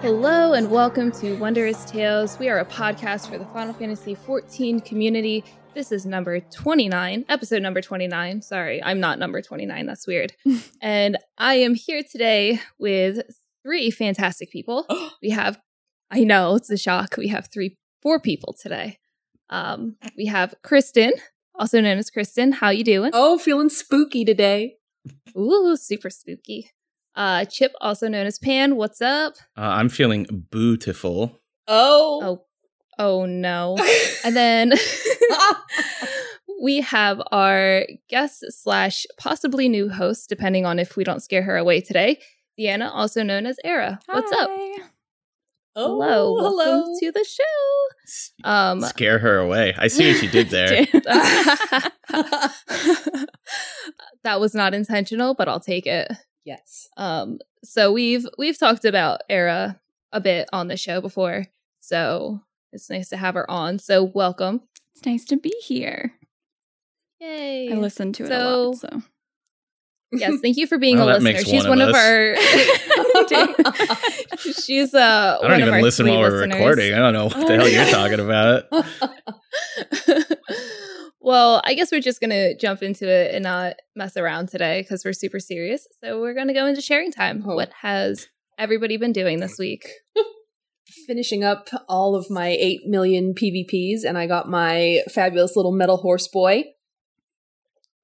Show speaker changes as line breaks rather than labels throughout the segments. Hello and welcome to Wondrous Tales. We are a podcast for the Final Fantasy XIV community. This is number 29, episode number 29. Sorry, I'm not number 29. That's weird. and I am here today with three fantastic people. we have, I know, it's a shock. We have three, four people today. Um, we have Kristen, also known as Kristen. How you doing?
Oh, feeling spooky today.
Ooh, super spooky. Uh, Chip, also known as Pan. What's up?
Uh, I'm feeling bootiful.
Oh.
Oh, oh no. And then we have our guest slash possibly new host, depending on if we don't scare her away today. Deanna, also known as Era. What's up?
Oh,
Oh, hello, welcome to the show.
S-
Um,
Scare her away. I see what you did there.
that was not intentional, but I'll take it.
yes.
Um, so we've we've talked about Era a bit on the show before, so it's nice to have her on. So welcome.
It's nice to be here.
Yay!
I listen to it a lot.
So-
So
Yes, thank you for being
Well,
a
that
listener.
makes
She's
one
one
of
of, our. She's uh.
I
one
don't
of
even
our
listen
three
while we're
listeners.
recording. I don't know what the hell you're talking about.
well, I guess we're just gonna jump into it and not mess around today because we're super serious. So we're gonna go into sharing time.
Oh.
What has everybody been doing this week?
Finishing up all of my 8 million PvPs, and I got my fabulous little metal horse boy.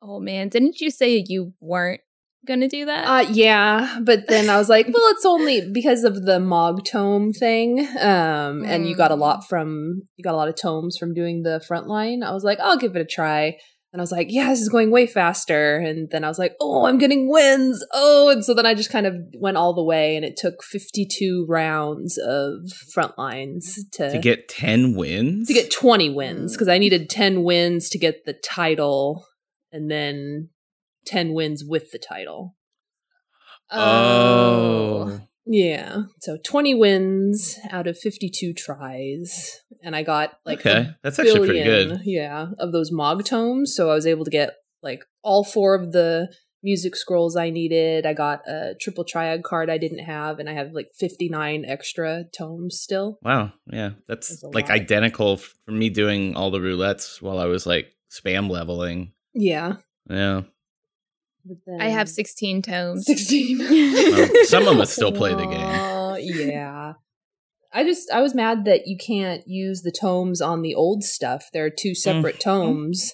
Oh man, didn't you say you weren't gonna do that?
Uh, yeah, but then I was like, well, it's only because of the Mog Tome thing. Um, and you got a
Hmm.
lot from, you got a lot of tomes from doing the front line. I was like, I'll give it a try. And I was like, yeah, this is going way faster. And then I was like, oh, I'm getting wins. Oh, and so then I just kind of went all the way, and it took 52 rounds of front lines to,
To get 10 wins?
to get 20 wins because I needed 10 wins to get the title, and then 10 wins with the title.
Oh.
Yeah. So 20 wins out of 52 tries. And I got like
okay.
a
That's actually pretty
billion,
good.
Yeah. Of those Mog tomes. So I was able to get like all four of the music scrolls I needed. I got a triple triad card I didn't have. And I have like 59 extra tomes still.
Wow. Yeah. That's,
That's a
like
lot.
identical f- for me doing all the roulettes while I was like spam leveling.
Yeah.
Yeah.
But then-
I have 16 tomes.
16.
Well, some of us still play the game.
Aw, yeah. I just I was mad that you can't use the tomes on the old stuff. There are two
Mm.
separate tomes.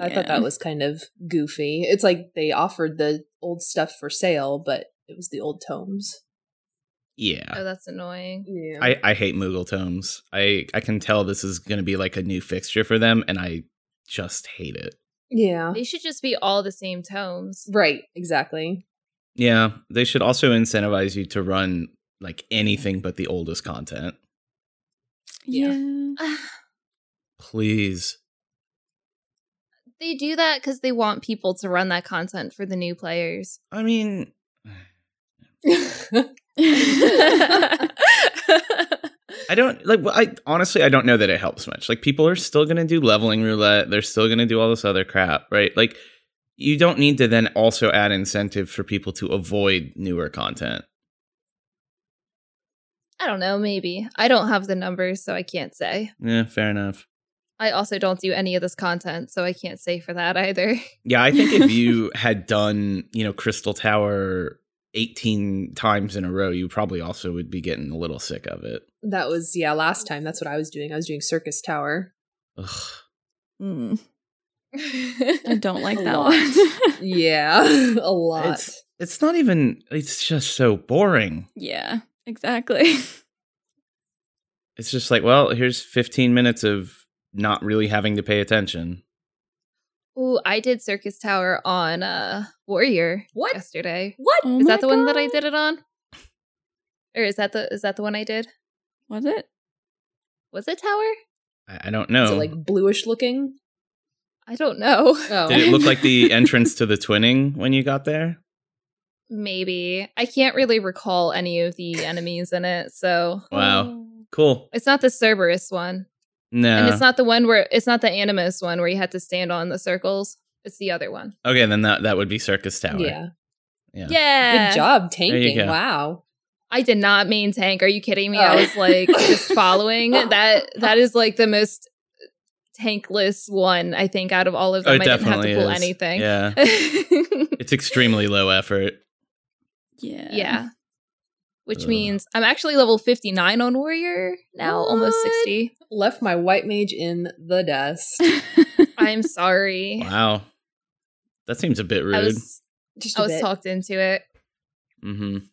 I thought that was kind of goofy. It's like they offered the old stuff for sale, but it was the old tomes.
Yeah.
Oh, that's annoying.
Oh, Yeah.
I, I hate Moogle tomes. I, I can tell this is going to be like a new fixture for them, and I just hate it.
yeah.
They should just be all the same tomes.
Right, exactly.
Yeah, they should also incentivize you to run like anything but the oldest content.
yeah.
yeah.
Please.
they do that because they want people to run that content for the new players.
I mean, I don't like well, I honestly I don't know that it helps much. Like people are still going to do leveling roulette, they're still going to do all this other crap, right? Like you don't need to then also add incentive for people to avoid newer content.
I don't know, maybe. I don't have the numbers, so I can't say.
Yeah, fair enough.
I also don't do any of this content, so I can't say for that either.
Yeah, I think if you had done, you know, Crystal Tower 18 times in a row, you probably also would be getting a little sick of it.
That was yeah, last time that's what I was doing. I was doing Circus Tower.
Ugh.
Mm, I don't like
A
that
lot.
one.
Yeah. a lot.
It's it's not even it's just so boring.
yeah, exactly.
It's just like, well, here's 15 minutes of not really having to pay attention.
Ooh, I did Circus Tower on uh Warrior
What?
yesterday.
What?
Oh
is that
my
the one that I
God.
did it on? Or is that the is that the one I did?
Was it?
Was it Tower?
I, I don't know.
Is it like bluish looking?
I don't know.
Oh,
Did it look like the entrance to the twinning when you got there?
Maybe. I can't really recall any of the enemies in it, so
Wow.
Oh,
Cool.
it's not the Cerberus one.
No.
And it's not the one where it's not the Animus one where you had to stand on the circles. It's the other one.
okay, then that, that would be Circus Tower.
yeah.
Yeah.
Yeah.
Good job tanking.
go.
Wow.
I did not main tank. Are you kidding me? I
Oh.
was like just following. That that is like the most tankless one, I think, out of all of
Oh,
them.
it
I didn't have
definitely
to pull
is.
anything.
Yeah. It's extremely low effort.
Yeah.
yeah. Which
Ugh.
means I'm actually level 59 on Warrior now, almost
What?
60.
Left my white mage in the dust.
I'm sorry.
Wow. That seems a bit rude.
I was
Just a
I was
bit.
talked into it.
mm-hmm.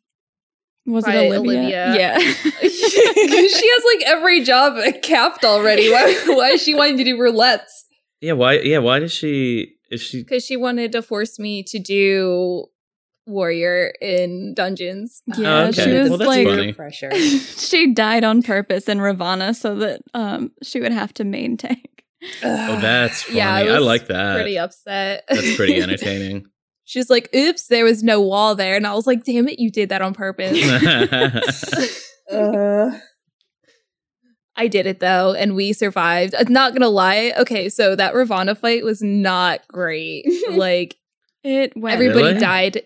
Was it
By
Olivia?
Olivia.
Yeah.
she has like every job capped already. Why, why is she wanting to do roulettes?
Yeah, why yeah, why does she is she
Because she wanted to force me to do Warrior in dungeons.
yeah,
Oh, okay.
she was
Well, that's
like
Peer
funny.
pressure.
she died on purpose in Ravana so that um she would have to main tank.
Oh that's funny.
Yeah, I
I
was
like that.
pretty upset.
Uh, That's pretty entertaining.
She's like, oops, there was no wall there. And I was like, damn it, you did that on purpose.
Uh,
I did it though, and we survived. I'm not gonna lie. Okay, so that Ravana fight was not great. like
It went
everybody
Really?
died.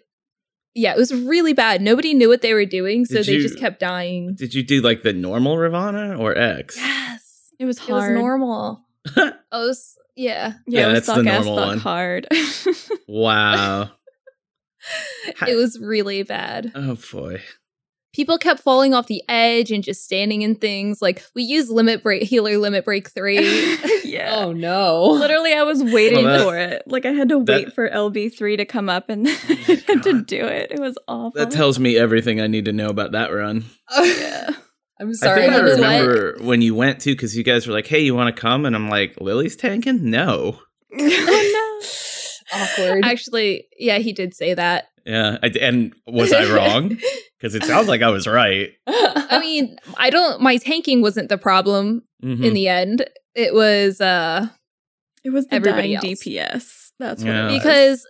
Yeah, it was really bad. Nobody knew what they were doing, so
Did
they
you-
just kept dying.
Did you do like the normal Ravana or X?
Yes.
It was
It was
hard.
normal. oh, s- yeah.
Yeah,
Yeah,
it was
that's the
suck ass,
normal
suck
one.
hard.
Wow. Hi-
It was really bad.
Oh boy.
People kept falling off the edge and just standing in things. Like we use limit break healer limit break three.
yeah.
oh no.
Literally, I was waiting
Well, that-
for it. Like I had to
that- Oh
wait for LB3 to come up and
my
I had to
God.
do it. It was awful.
That tells me everything I need to know about that run.
yeah.
I'm sorry.
I think I
you know what?
remember when you went to because you guys were like, "Hey, you want to come?" And I'm like, "Lily's tanking? No."
oh
Awkward.
Actually, yeah, he did say that.
Yeah, I d and was I wrong? Because it sounds like I was right.
Oh.
I mean, I don't. My tanking wasn't the problem
Mhm.
in the end. It was uh
no. It was the
Everybody
dying
else.
DPS. That's
Yeah.
what it was.
because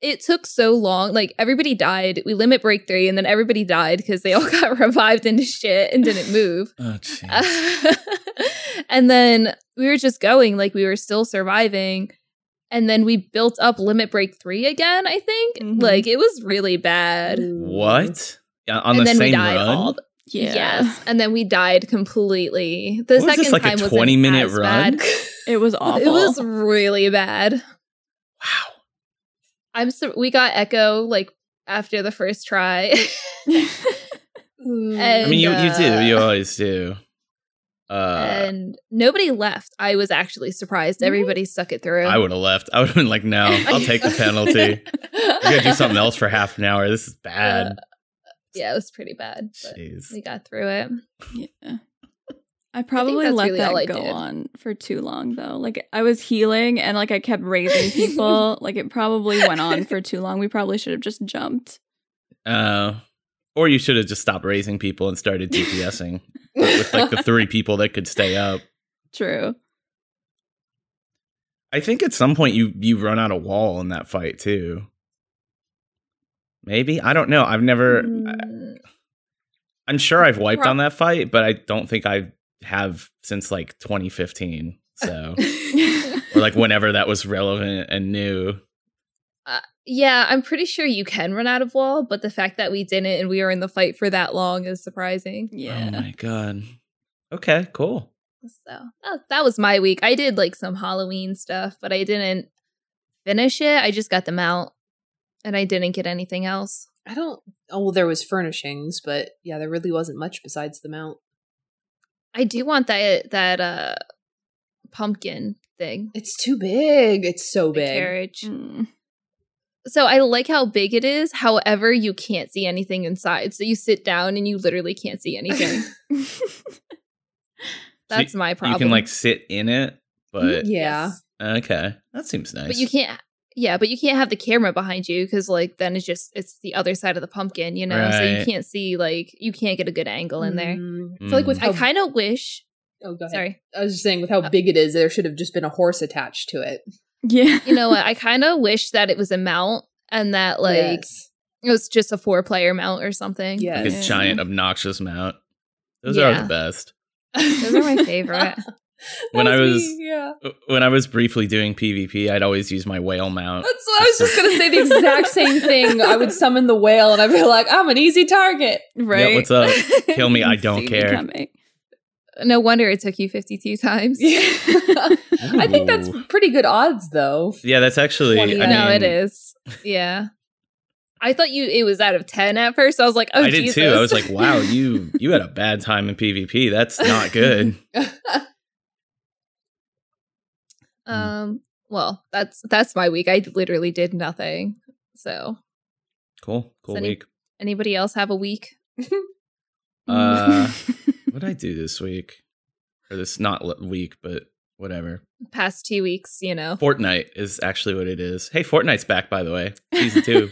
it took so long. Like everybody died. We limit break three, and then everybody died because they all got revived into shit and didn't move.
Oh, jeez.
and then we were just going like we were still surviving. And then we built up limit break three again. I think
Mm-hmm.
Mhm.
like it was really bad.
what? Yeah, on
and
the
then we
same
died
run?
all
yeah.
Yes, and then we died completely. The
What was
second
this, like a
time was
20 minute
as
run?
Bad.
It was awful.
It was really bad.
wow.
I'm so, we got echo like after the first try.
I mean, you, you do.
uh,
You always do. Uh,
and nobody left. I was actually surprised. Everybody stuck it through.
I would have left. I would have been like, "No, I'll take the penalty.
I
We're gonna do something else for half an hour. This is bad."
yeah, it was pretty bad. But
Jeez.
we got through it.
Yeah. I probably
that's
let
really all I
that go
did.
on for too long though. Like I was healing and like I kept raising people. like it probably went on for too long. We probably should have just jumped.
Uh, or you should have just stopped raising people and started DPSing with like the three people that could stay up. Oh
True.
I think at some point you you run out of wall in that fight too. Maybe I don't know. I've never. I-
Mm,
I'm sure I've wiped
Prob-
on that fight, but I don't think I have since like 2015. So
Mm.
or like whenever that was relevant and new. Oh
yeah, I'm pretty sure you can run out of wall, but the fact that we didn't and we were in the fight for that long is surprising.
Yeah.
Oh my god. Okay. Cool.
So that, that was my week. I did like some Halloween stuff, but I didn't finish it. I just got them out and I didn't get anything else.
don't. Oh, well, there was furnishings, but yeah, there really wasn't much besides the mount.
I do want that that uh pumpkin thing.
It's too big. It's so
the
big.
carriage.
Mm.
So I like how big it is. However, you can't see anything inside. So you sit down and you literally can't see anything.
So
That's my problem.
You can like sit in it, but
yeah.
Yes.
okay, that seems nice.
But you can't yeah, but you can't have the camera behind you because like then it's just it's the other side of the pumpkin, you know. So you
Right.
can't see like you can't get a good angle in there.
Mm, I feel like with
I
how
kind of wish
Mm-hmm. Oh, go ahead.
Sorry. Uh,
I was just saying, with how big it is, there should have just been a horse attached to it.
Yeah.
You know what? I kind of wish that it was a mount and that like
Yes.
it was just a four player mount or something.
Yes.
Hmm, Like a giant obnoxious mount. Those are
Yeah.
the best.
Those are my favorite.
When
That
I was
me, yeah.
Uh, when I was briefly doing PvP, I'd always use my whale mount.
That's what I was just gonna say the exact same thing. I would summon the whale, and I'd be like, "I'm an easy target."
Right.
what's up? Kill me, I don't
See me
care.
coming.
no wonder it took you 52 times.
I think that's
Ooh.
pretty good odds, though.
Yeah, that's actually. I
20.
mean,
no, it is. Yeah. I thought you it was out of 10 at first. I was like, oh,
I did
Jesus.
too. I was like, wow, you you had a bad time in PvP. That's not good. "Hmm."
um, well, that's that's my week. I literally did nothing. So,
Cool, cool
Sunny.
week.
anybody else have a week?
Uh, what did I do this week? Or this not li- week, but whatever.
Past two weeks, you know.
Fortnite is actually what it is. Hey, Fortnite's back, by the way, season two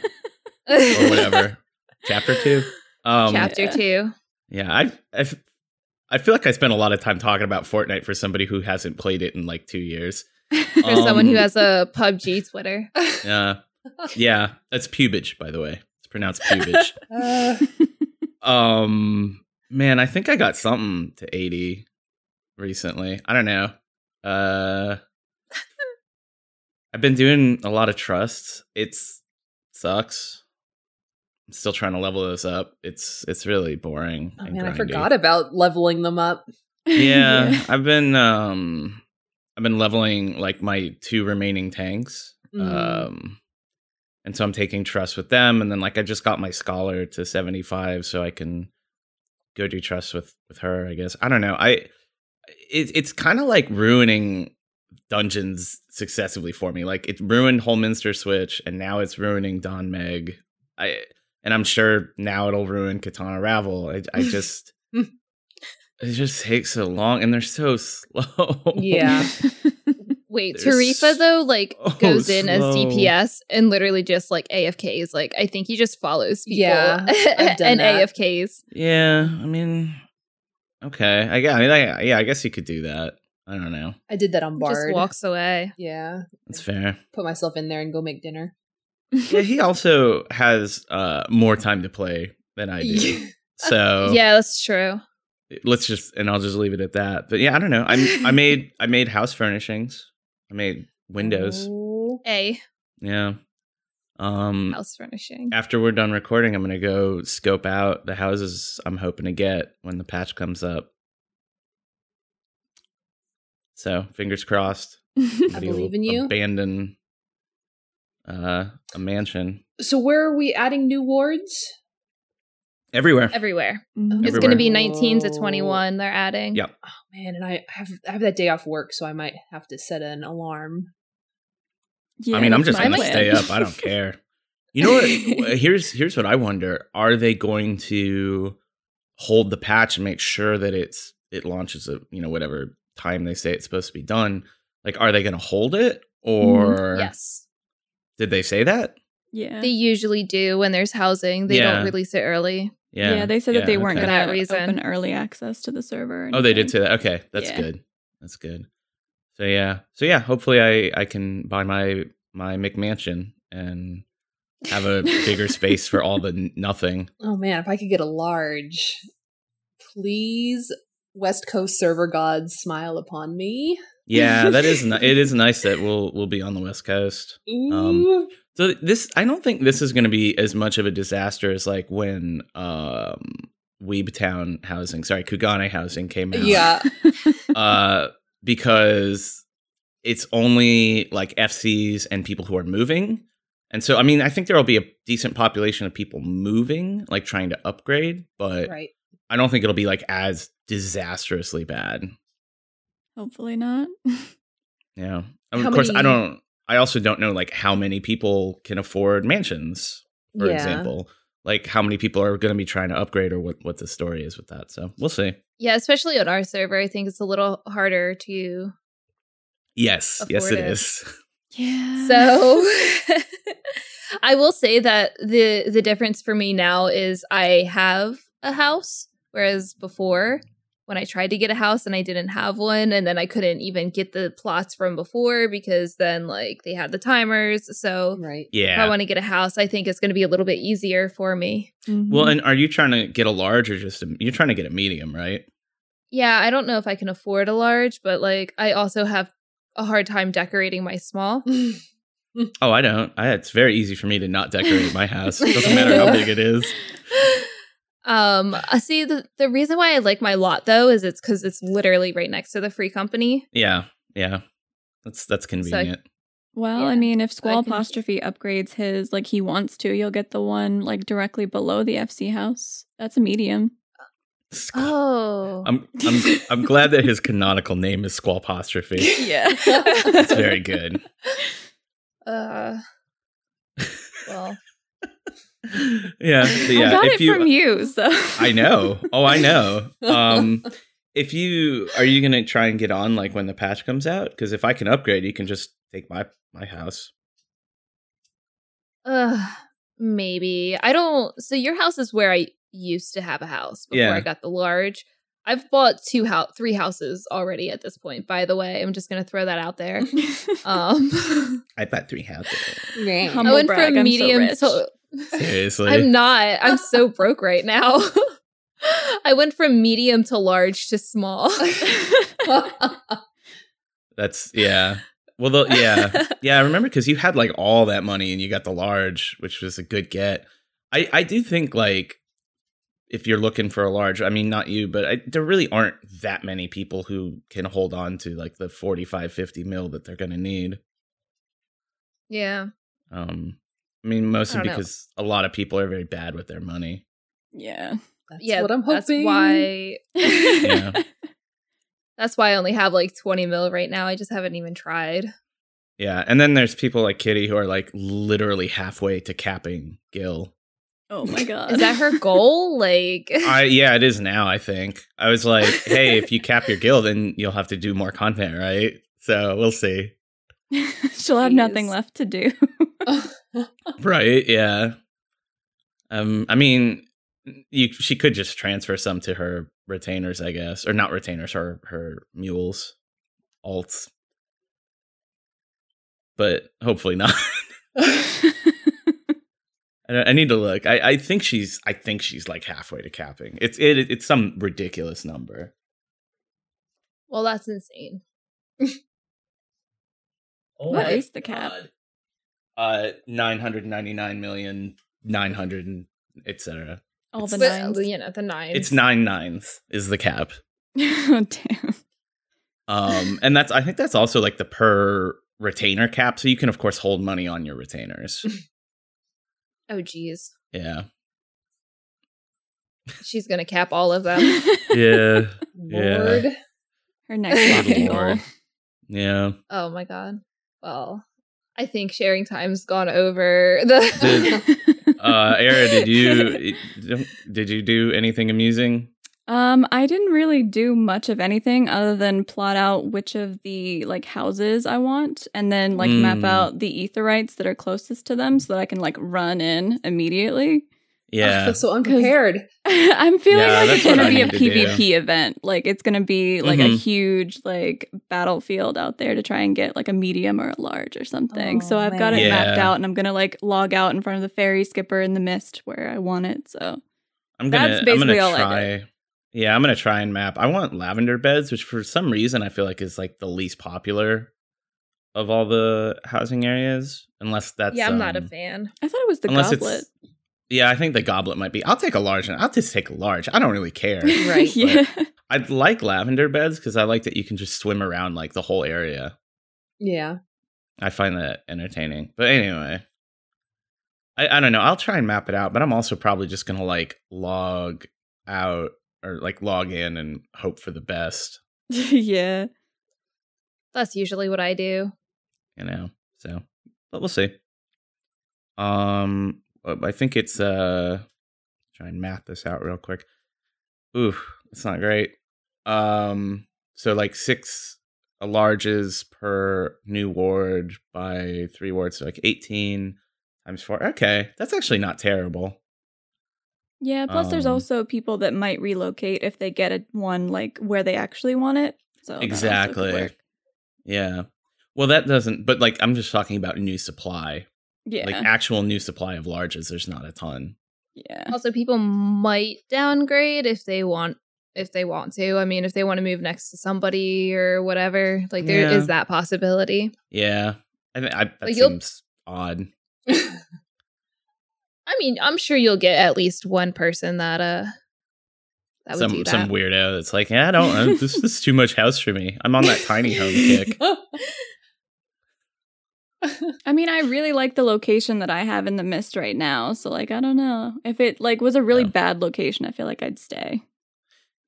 or whatever, chapter two. Um,
Chapter
Yeah.
two.
Yeah, I, I, f- I feel like I spent a lot of time talking about Fortnite for somebody who hasn't played it in like two years.
For someone
Um,
who has a PUBG Twitter.
Yeah, yeah, that's pubage, by the way. It's pronounced pubage.
Uh,
um, man, I think I got something to eighty recently. I don't know. Uh, I've been doing a lot of trusts. It's sucks. I'm still trying to level those up. It's it's really boring.
oh
and
man, I
grindy.
forgot about leveling them up.
yeah, I've been um I've been leveling like my two remaining tanks.
Mm.
Um and so I'm taking trust with them and then like I just got my scholar to 75 so I can go do trust with with her, I guess. I don't know. I it, it's kind of like ruining dungeons successively for me. Like it ruined Holminster Switch and now it's ruining Don Meg. I and I'm sure now it'll ruin Katana Ravel. I, I just it just takes so long and they're so slow.
Yeah.
Wait,
They're
Tarifa though, like
Oh, so
goes in as
slow.
DPS and literally just like AFKs. Like I think he just follows people
Yeah, I've done
and
that.
AFKs.
Yeah, I mean okay. I guess I mean I, yeah, I guess you could do that. I don't know.
I did that on Bard.
Just walks away.
Yeah,
That's fair.
put myself in there and go make dinner.
Yeah, he also has uh more time to play than I do. So
Yeah, that's true.
let's just and I'll just leave it at that. But yeah, I don't know. I I made I made house furnishings. I made windows.
Oh.
A
Yeah. Um
house furnishing.
after we're done recording, I'm gonna go scope out the houses I'm hoping to get when the patch comes up. So fingers crossed.
Mm-hmm.
somebody will
believe in you.
Abandon uh, a mansion
So where are we adding new wards?
everywhere.
Everywhere. It's
Mhm.
going
Everywhere.
to be 19 to
Whoa.
21. They're adding.
Yep.
Oh, Man, and I have I have that day off work, so I might have to set an alarm.
Yeah,
I mean, I'm
that's
just
my
gonna
plan.
stay up. I don't care. You know what? here's here's what I wonder: Are they going to hold the patch and make sure that it's it launches at you know whatever time they say it's supposed to be done? Like, are they going to hold it, or
Yes.
did they say that?
Yeah.
They usually do when there's housing. They
Yeah.
don't release it early.
yeah. They said that they weren't
okay.
For that
going to
reason.
open early access to the server. or
Oh, they did say
anything.
that. Okay, that's
Yeah.
good. That's good. So yeah, so yeah. Hopefully, I I can buy my my McMansion and have a bigger space for all the n- nothing.
Oh man, if I could get a large, please, West Coast server gods, smile upon me.
Yeah, that is. Ni- it is nice that we'll we'll be on the west coast.
Ooh.
Um, So this, I don't think this is going to be as much of a disaster as like when um Weebtown housing, sorry, Kugane housing came out.
yeah,
uh, because it's only like FCs and people who are moving. And so, I mean, I think there will be a decent population of people moving, like trying to upgrade, but
right.
I don't think it'll be like as disastrously bad.
Hopefully not.
Yeah. And
How
of course, I
many-
don't, I also don't know like how many people can afford mansions, for
yeah.
example. Like how many people are going to be trying to upgrade or what, what the story is with that. So we'll see.
Yeah, especially on our server. I think it's a little harder to.
Yes. yes, it
Afforded.
is.
Yeah.
So. I will say that the the difference for me now is I have a house, whereas before when I tried to get a house and I didn't have one. And then I couldn't even get the plots from before because then, like, they had the timers. So
Right.
if I
Yeah.
want to get a house, I think it's going to be a little bit easier for me.
Mm-hmm.
Well, and are you trying to get a large or just a, you're trying to get a medium, right?
Yeah, I don't know if I can afford a large, but like, I also have a hard time decorating my small.
Mm. Oh, I don't. I, it's very easy for me to not decorate my house. It doesn't matter how big it is.
um, I see, the, the reason why I like my lot though is it's because it's literally right next to the free company.
Yeah, yeah. That's that's convenient.
well, I
yeah,
mean, if
I
Squall
can-
apostrophe upgrades his like he wants to, you'll get the one like directly below the FC house. That's a medium.
Squall-
Oh,
I'm I'm I'm glad that his canonical name is Squall apostrophe.
Yeah.
It's very good.
uh, well,
Yeah, yeah.
I got
if
it
you,
from you, so
I know. Oh, I know. Um, if you are you gonna try and get on like when the patch comes out? Because if I can upgrade, you can just take my my house.
uh, maybe I don't. So your house is where I used to have a house before
Yeah.
I got the large. I've bought two house, three houses already at this point. By the way, I'm just gonna throw that out there. Um,
I bought three houses.
Humble
I went
brag, I'm
from
so
medium
rich.
to
Seriously.
I'm not. I'm so broke right now. I went from medium to large to small.
That's yeah. Well, the, yeah, yeah. I remember because you had like all that money and you got the large, which was a good get. I I do think like if you're looking for a large, I mean not you, but I, there really aren't that many people who can hold on to like the 45, 50 mil that they're gonna need.
yeah.
Um, I mean mostly
I don't know.
because a lot of people are very bad with their money.
yeah.
That's
yeah.
what I'm
That's
hoping.
why
Yeah.
that's why I only have like 20 mil right now. I just haven't even tried.
Yeah, and then there's people like Kitty who are like literally halfway to capping Gil.
Oh my god.
Is that her goal? Like
I yeah, it is now. I think I was like, hey, if you cap your guild, then you'll have to do more content, right? So we'll see.
She'll have nothing
Jeez.
left to do.
Oh.
Right? Yeah. Um, I mean, you she could just transfer some to her retainers, I guess, or not retainers, her her mules, alts. But hopefully not. I I need to look. I, I think she's I think she's like halfway to capping. It's it it's some ridiculous number.
well, that's insane.
Oh
What
my
is the cap?
God. Uh, nine hundred ninety nine million nine hundred and etc.
All the
But,
nines.
you know, the nines.
It's nine nines is the cap.
oh damn.
Um, and that's I think that's also like the per retainer cap. So you can of course hold money on your retainers.
Oh geez.
Yeah.
She's gonna cap all of them.
um, Yeah.
Lord.
her next walking goal.
Yeah.
Oh my god. Well, I think sharing time's gone over the
Did- Uh, Era, did you did you do anything amusing?
Um, I didn't really do much of anything other than plot out which of the like houses I want and then like map
Mm.
out the etherites that are closest to them so that I can like run in immediately.
I
Yeah.
feel so unprepared.
I'm feeling
Yeah,
like
that's
it's
what
gonna
I
be a
need to do.
PvP event. Like it's gonna be like a
Mhm.
huge like battlefield out there to try and get like a medium or a large or something. so
Oh,
I've got it
man.
mapped
Yeah.
out and I'm gonna like log out in front of the ferry skipper in the mist where I want it. So
I'm gonna
That's
I'm
basically
gonna
all I
try. yeah, I'm gonna try and map. I want lavender beds, which for some reason I feel like is like the least popular of all the housing areas. Unless that's
Yeah, I'm not a
um,
fan.
I thought it was the
Unless it's-
goblet.
Yeah, I think the goblet might be. I'll take a large. and I'll just take a large. I don't really care.
Right, but-
yeah.
I'd like lavender beds because I like that you can just swim around like the whole area.
Yeah.
I find that entertaining. But anyway, I, I don't know. I'll try and map it out, but I'm also probably just gonna like log out or like log in and hope for the best.
yeah.
That's usually what I do.
you know. So, but we'll see. Um, uh, I think it's uh, try and map this out real quick. Ooh, it's not great. Um, so like six larges per new ward by three wards, so like eighteen times four. Okay, that's actually not terrible.
Yeah, plus there's
Um,
also people that might relocate if they get a one like where they actually want it. So that also could
Exactly.
work.
Yeah. Well, that doesn't. But like, I'm just talking about new supply,
Yeah.
like actual new supply of larges. There's not a ton.
yeah.
Also, people might downgrade if they want if they want to. I mean, if they want to move next to somebody or whatever, like there is
Yeah.
that possibility.
Yeah. I, thi- I that
Like, you'll-
seems odd.
I mean, I'm sure you'll get at least one person that uh that would
Some
do that.
some weirdo that's like, yeah, I don't. I- this, this is too much house for me. I'm on that tiny home kick.
I mean, I really like the location that I have in the mist right now. So like I don't know. If it like was a really
Yeah.
bad location, I feel like I'd stay.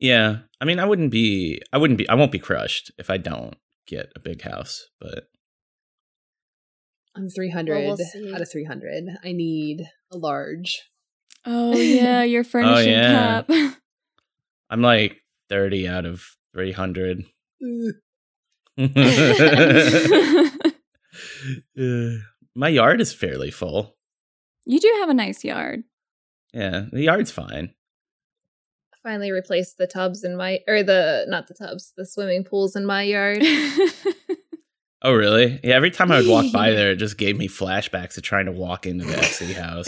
Yeah. I mean, I wouldn't be. I wouldn't be. I won't be crushed if I don't get a big house. But
I'm 300
Well, we'll see.
out of 300. I need a large.
Oh yeah, your furnishing
yeah.
cup.
I'm like 30 out of 300.
Ugh.
Uh, my yard is fairly full.
you do have a nice yard.
Yeah, the yard's fine.
Finally replaced the tubs in my or the not the tubs, the swimming pools in my yard.
Oh, really? Yeah, every time I would walk by there, it just gave me flashbacks of trying to walk into the Etsy house.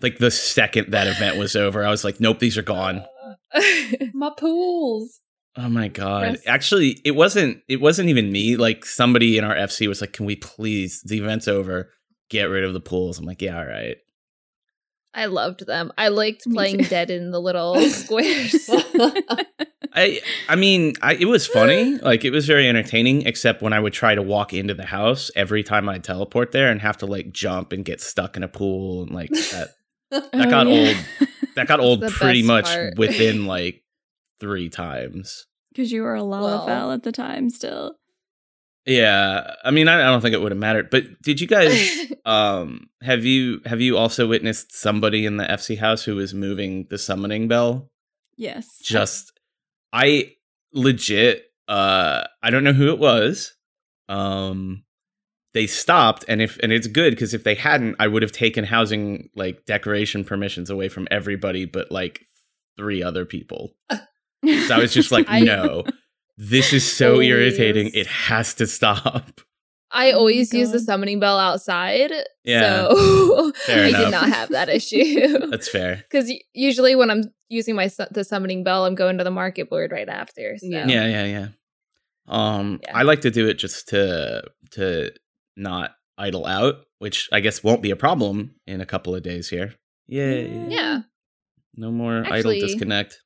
Like the second that event was over, I was like, nope, these are gone.
My pools.
Oh my god.
Rest-
Actually, it wasn't it wasn't even me. Like somebody in our FC was like, "Can we please the event's over, get rid of the pools." I'm like, "Yeah, all right."
I loved them. I liked
Me
playing
too.
dead in the little squares.
Oh
I I mean, I, it was funny. Like it was very entertaining, except when I would try to walk into the house every time I teleport there and have to like jump and get stuck in a pool and like that. That got
old
That got old
Oh, That's the
pretty
best
much
part.
within like three times.
because you were a lalafell
Well.
at the time. Still,
Yeah, I mean, I, I don't think it would have mattered. But did you guys um have you have you also witnessed somebody in the FC house who was moving the summoning bell?
yes.
just I legit uh I don't know who it was. Um they stopped and if and it's good cuz if they hadn't I would have taken housing like decoration permissions away from everybody but like three other people. So I was just like
I-
no. This is so
Please.
irritating. It has to stop.
I
Oh my
always use the
God.
summoning bell outside.
Yeah.
So
Fair
I
enough.
did not have that issue.
That's fair.
Because usually when I'm using my su- the summoning bell, I'm going to the market board right after. So.
Yeah.
Yeah, yeah, yeah. Um,
Yeah.
I like to do it just to to not idle out, which I guess won't be a problem in a couple of days here. Yay!
Yay.
Yeah.
No more
Actually-
idle disconnect.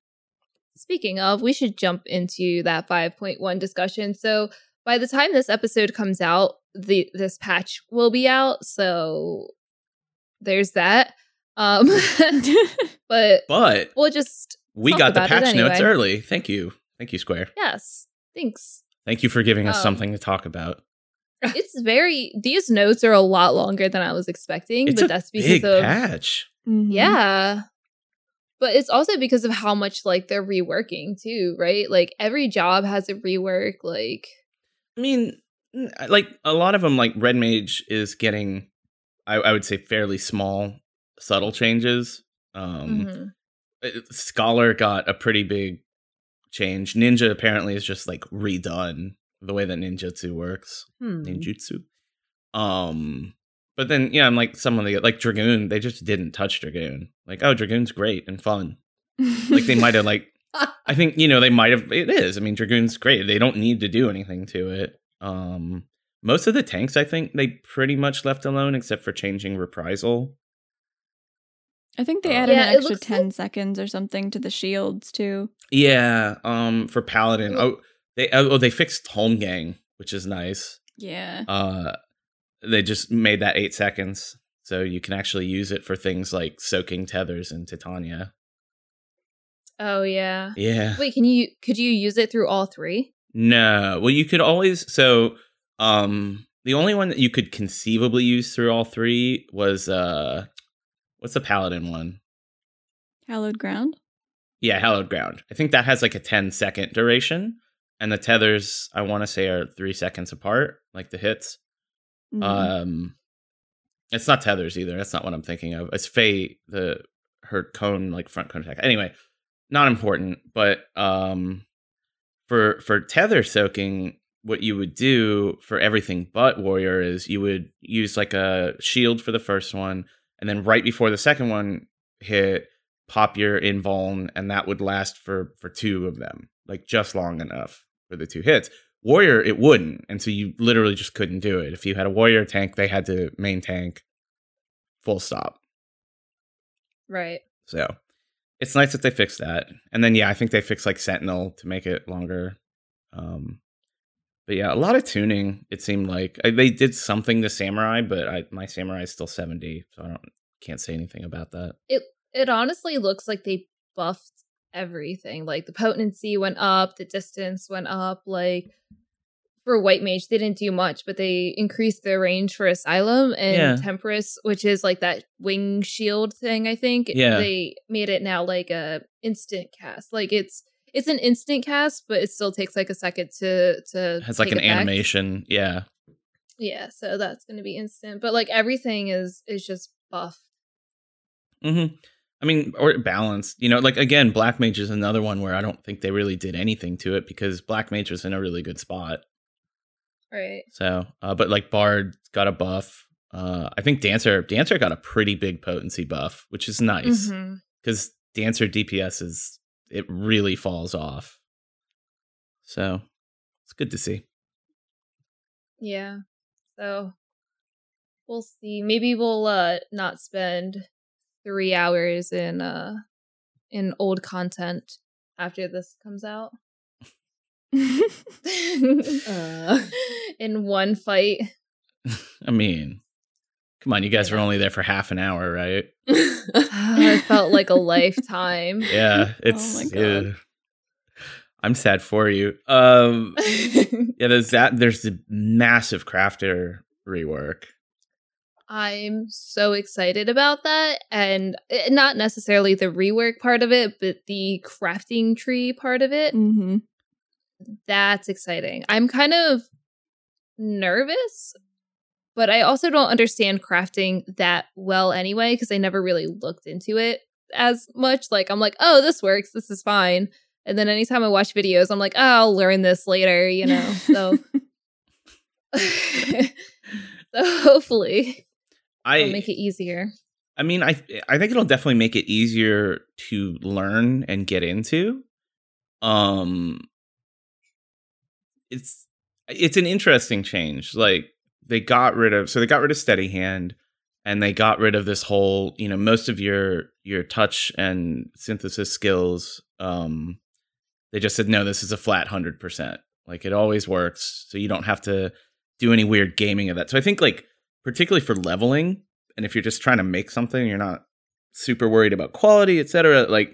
Speaking of, we should jump into that 5.1 discussion. So by the time this episode comes out, the this patch will be out. So there's that. Um, but
But
we'll just
we
Talk
got the
about it
patch notes
anyway.
early. Thank you, thank you, Square.
yes, thanks.
Thank you for giving us
Um,
something to talk about.
It's very these notes are a lot longer than I was expecting,
It's
but
a
that's because
big
of
patch.
Mm-hmm.
Mhm.
Yeah. But it's also because of how much like they're reworking too, right? Like every job has a rework. Like
I mean, n- like a lot of them, like Red Mage is getting, I, I would say, fairly small, subtle changes. Um,
mhm.
uh, Scholar got a pretty big change. Ninja apparently is just like redone the way that ninjutsu works.
Hmm.
Ninjutsu. Um but then yeah, I'm like some of the like Dragoon, they just didn't touch Dragoon. Like, oh Dragoon's great and fun. Like they might have like I think, you know, they might have it is. I mean, Dragoon's great. They don't need to do anything to it. Um most of the tanks, I think, they pretty much left alone except for changing reprisal.
I think they
Uh,
added
Yeah,
an
it
extra
looks
ten
like-
seconds or something to the shields too.
Yeah, um, for Paladin.
Well-
Oh, they oh they fixed Home Gang, which is nice.
Yeah.
Uh, they just made that eight seconds, so you can actually use it for things like soaking tethers and Titania.
Oh yeah.
Yeah.
Wait, can you could you use it through all three?
No. Well, you could always so um the only one that you could conceivably use through all three was uh what's the Paladin one?
Hallowed ground.
Yeah, Hallowed Ground. I think that has like a 10 second duration. And the tethers, I want to say, are three seconds apart, like the hits.
Mhm.
Uh, Um, it's not tethers either. That's not what I'm thinking of. It's Faye, the her cone like front cone attack. Anyway, not important, but um for for tether soaking what you would do for everything but warrior is you would use like a shield for the first one and then right before the second one hit pop your invuln and that would last for for two of them like just long enough for the two hits warrior it wouldn't and so you literally just couldn't do it if you had a warrior tank they had to main tank full stop
Right.
so it's nice that they fixed that. And then yeah, I think they fixed like Sentinel to make it longer. Um but yeah, a lot of tuning. It seemed like I, they did something to Samurai, but I, my Samurai is still seventy, so I don't can't say anything about that.
It honestly looks like they buffed everything. Like the potency went up, the distance went up. Like for White Mage, they didn't do much, but they increased their range for Asylum and
Yeah.
Temporis, which is like that wing shield thing. I think.
Yeah.
They made it now like a instant cast. Like it's it's an instant cast, but it still takes like a second to to
It has like
take
an
effect.
animation. Yeah,
Yeah, so that's going to be instant. But like everything is is just buffed.
hmm I mean, or balanced. You know, like again, Black Mage is another one where I don't think they really did anything to it because Black Mage was in a really good spot.
Right.
So, uh, but like Bard got a buff. Uh, I think Dancer Dancer got a pretty big potency buff, which is nice
Mm-hmm.
Mhm.
because Dancer DPS is it really falls off. So it's good to see.
Yeah. So we'll see. Maybe we'll uh not spend 3 hours in uh in old content after this comes out.
Mm-hmm.
Uh.
in one fight.
I mean, come on, you guys were only there for half an hour, right?
it felt like a lifetime.
Yeah, it's.
Oh my God.
yeah. I'm sad for you. Um, yeah, there's that. There's the massive crafter rework.
I'm so excited about that. And eh, not necessarily the rework part of it, but the crafting tree part of it.
hmm
That's exciting. I'm kind of nervous, but I also don't understand crafting that well anyway, because I never really looked into it as much. Like, I'm like, oh, this works. This is fine. And then anytime I watch videos, I'm like, oh, I'll learn this later, you know? So. so hopefully
I
it'll make it easier.
I mean, I I think it'll definitely make it easier to learn and get into. Um, it's it's an interesting change. Like they got rid of so they got rid of steady hand, and they got rid of this whole you know most of your your touch and synthesis skills. Um, they just said no, this is a flat hundred percent. Like it always works, so you don't have to do any weird gaming of that. So I think like particularly for leveling, and if you're just trying to make something you're not super worried about quality etc like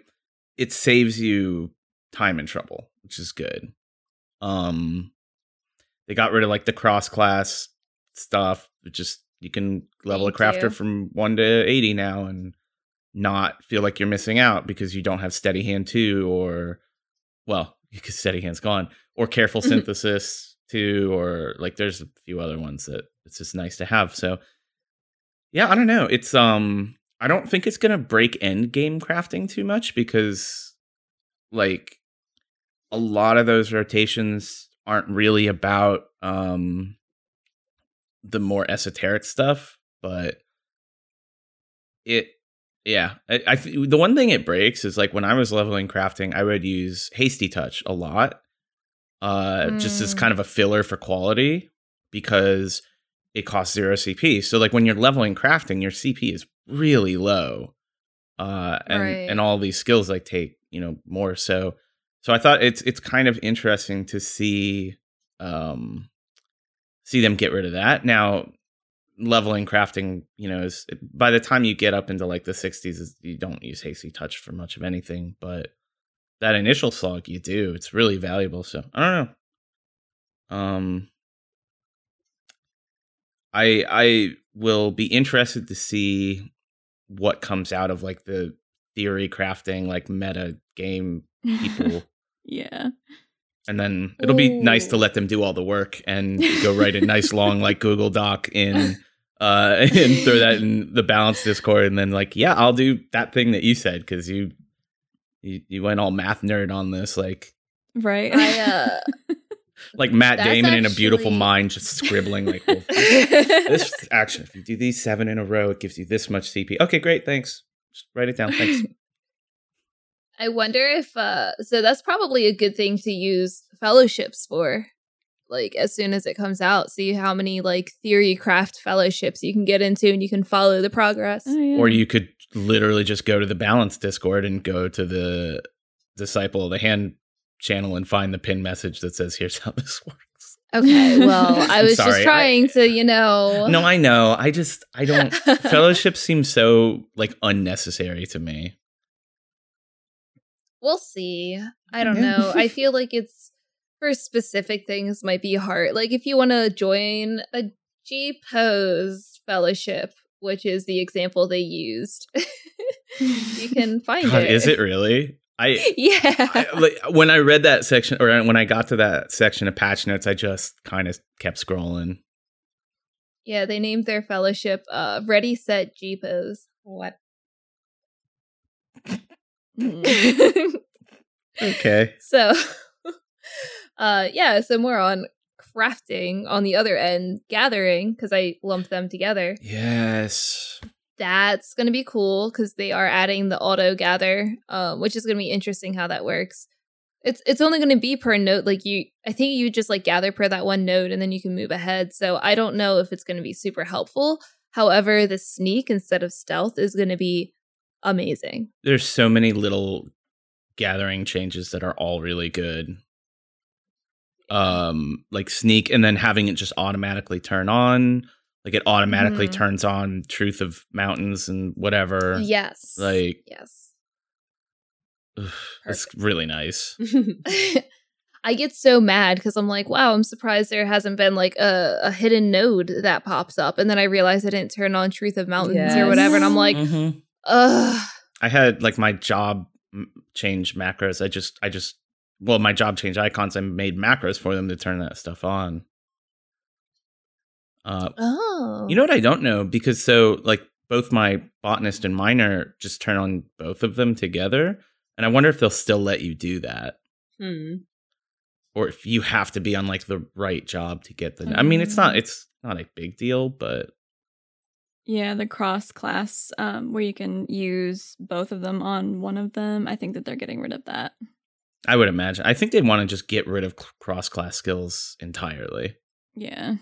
it saves you time and trouble which is good um they got rid of like the cross class stuff it just you can level a
Thank
crafter
you.
from 1 to 80 now and not feel like you're missing out because you don't have steady hand 2 or well because steady hand's gone or careful
Mm-hmm.
synthesis 2 or like there's a few other ones that it's just nice to have so yeah, I don't know. It's um I don't think it's gonna break end game crafting too much because like a lot of those rotations aren't really about um the more esoteric stuff, but it yeah. I, I th- the one thing it breaks is like when I was leveling crafting, I would use hasty touch a lot. Uh just as
Mm.
kind of a filler for quality because it costs zero CP. So like when you're leveling crafting, your CP is really low. Uh and
Right.
and all these skills like take, you know, more. So so I thought it's it's kind of interesting to see um see them get rid of that. Now leveling crafting, you know, is by the time you get up into like the 60s is, you don't use hasty touch for much of anything, but that initial slog you do. It's really valuable. So I don't know. Um I I will be interested to see what comes out of like the theory crafting like meta game people
yeah.
and then it'll be nice
Ooh.
to let them do all the work and go write a nice long like Google Doc in uh, and throw that in the balance Discord, and then like, yeah, I'll do that thing that you said because you, you you went all math nerd on this, like
right?
I, uh,
like Matt
That's
Damon in a beautiful
actually-
mind, just scribbling like. Well, this action, if you do these seven in a row, it gives you this much CP. Okay, great, thanks. Just write it down, thanks.
I wonder if uh so that's probably a good thing to use fellowships for. Like as soon as it comes out, see how many like theory craft fellowships you can get into and you can follow the progress.
Oh, yeah.
Or you could literally just go to the balance Discord and go to the disciple, the hand channel, and find the pin message that says, "Here's how this works."
Okay, well, I
I'm
was
sorry,
just
I-
trying to, you know.
No, I know. I just I don't. Fellowship seems so like unnecessary to me.
we'll see. I don't
Yeah.
know. I feel like it's for specific things might be hard. Like if you want to join a G pose fellowship, which is the example they used, you can find
God,
it.
is it really? I
Yeah.
I, like when I read that section, or when I got to that section of patch notes, I just kind of kept scrolling.
Yeah, they named their fellowship uh Ready Set Jeepos. What? Mm-hmm.
Okay.
so uh yeah, so more on crafting on the other end, gathering, because I lumped them together.
Yes.
That's gonna be cool because they are adding the auto gather, um, which is gonna be interesting how that works. It's it's only gonna be per note, like you I think you just like gather per that one note and then you can move ahead. So I don't know if it's gonna be super helpful. However, the sneak instead of stealth is gonna be amazing.
There's so many little gathering changes that are all really good. Um, like sneak and then having it just automatically turn on. Like it automatically
Mhm.
turns on truth of mountains and whatever.
Yes.
Like
yes.
ugh, it's really nice.
I get so mad because I'm like, wow, I'm surprised there hasn't been like a, a hidden node that pops up. And then I realize I didn't turn on Truth of Mountains or whatever. And I'm like,
Mhm.
ugh.
I had like my job m- change macros. I just, I just, well, my job change icons. I made macros for them to turn that stuff on. Uh,
Oh.
you know what I don't know because so like both my botanist and miner just turn on both of them together, and I wonder if they'll still let you do that,
Hmm.
or if you have to be on like the right job to get the. I mean, it's
Mm.
not, it's not a big deal, but
yeah, the cross class um, where you can use both of them on one of them. I think that they're getting rid of that.
I would imagine. I think they want to just get rid of cross class skills entirely,
Yeah,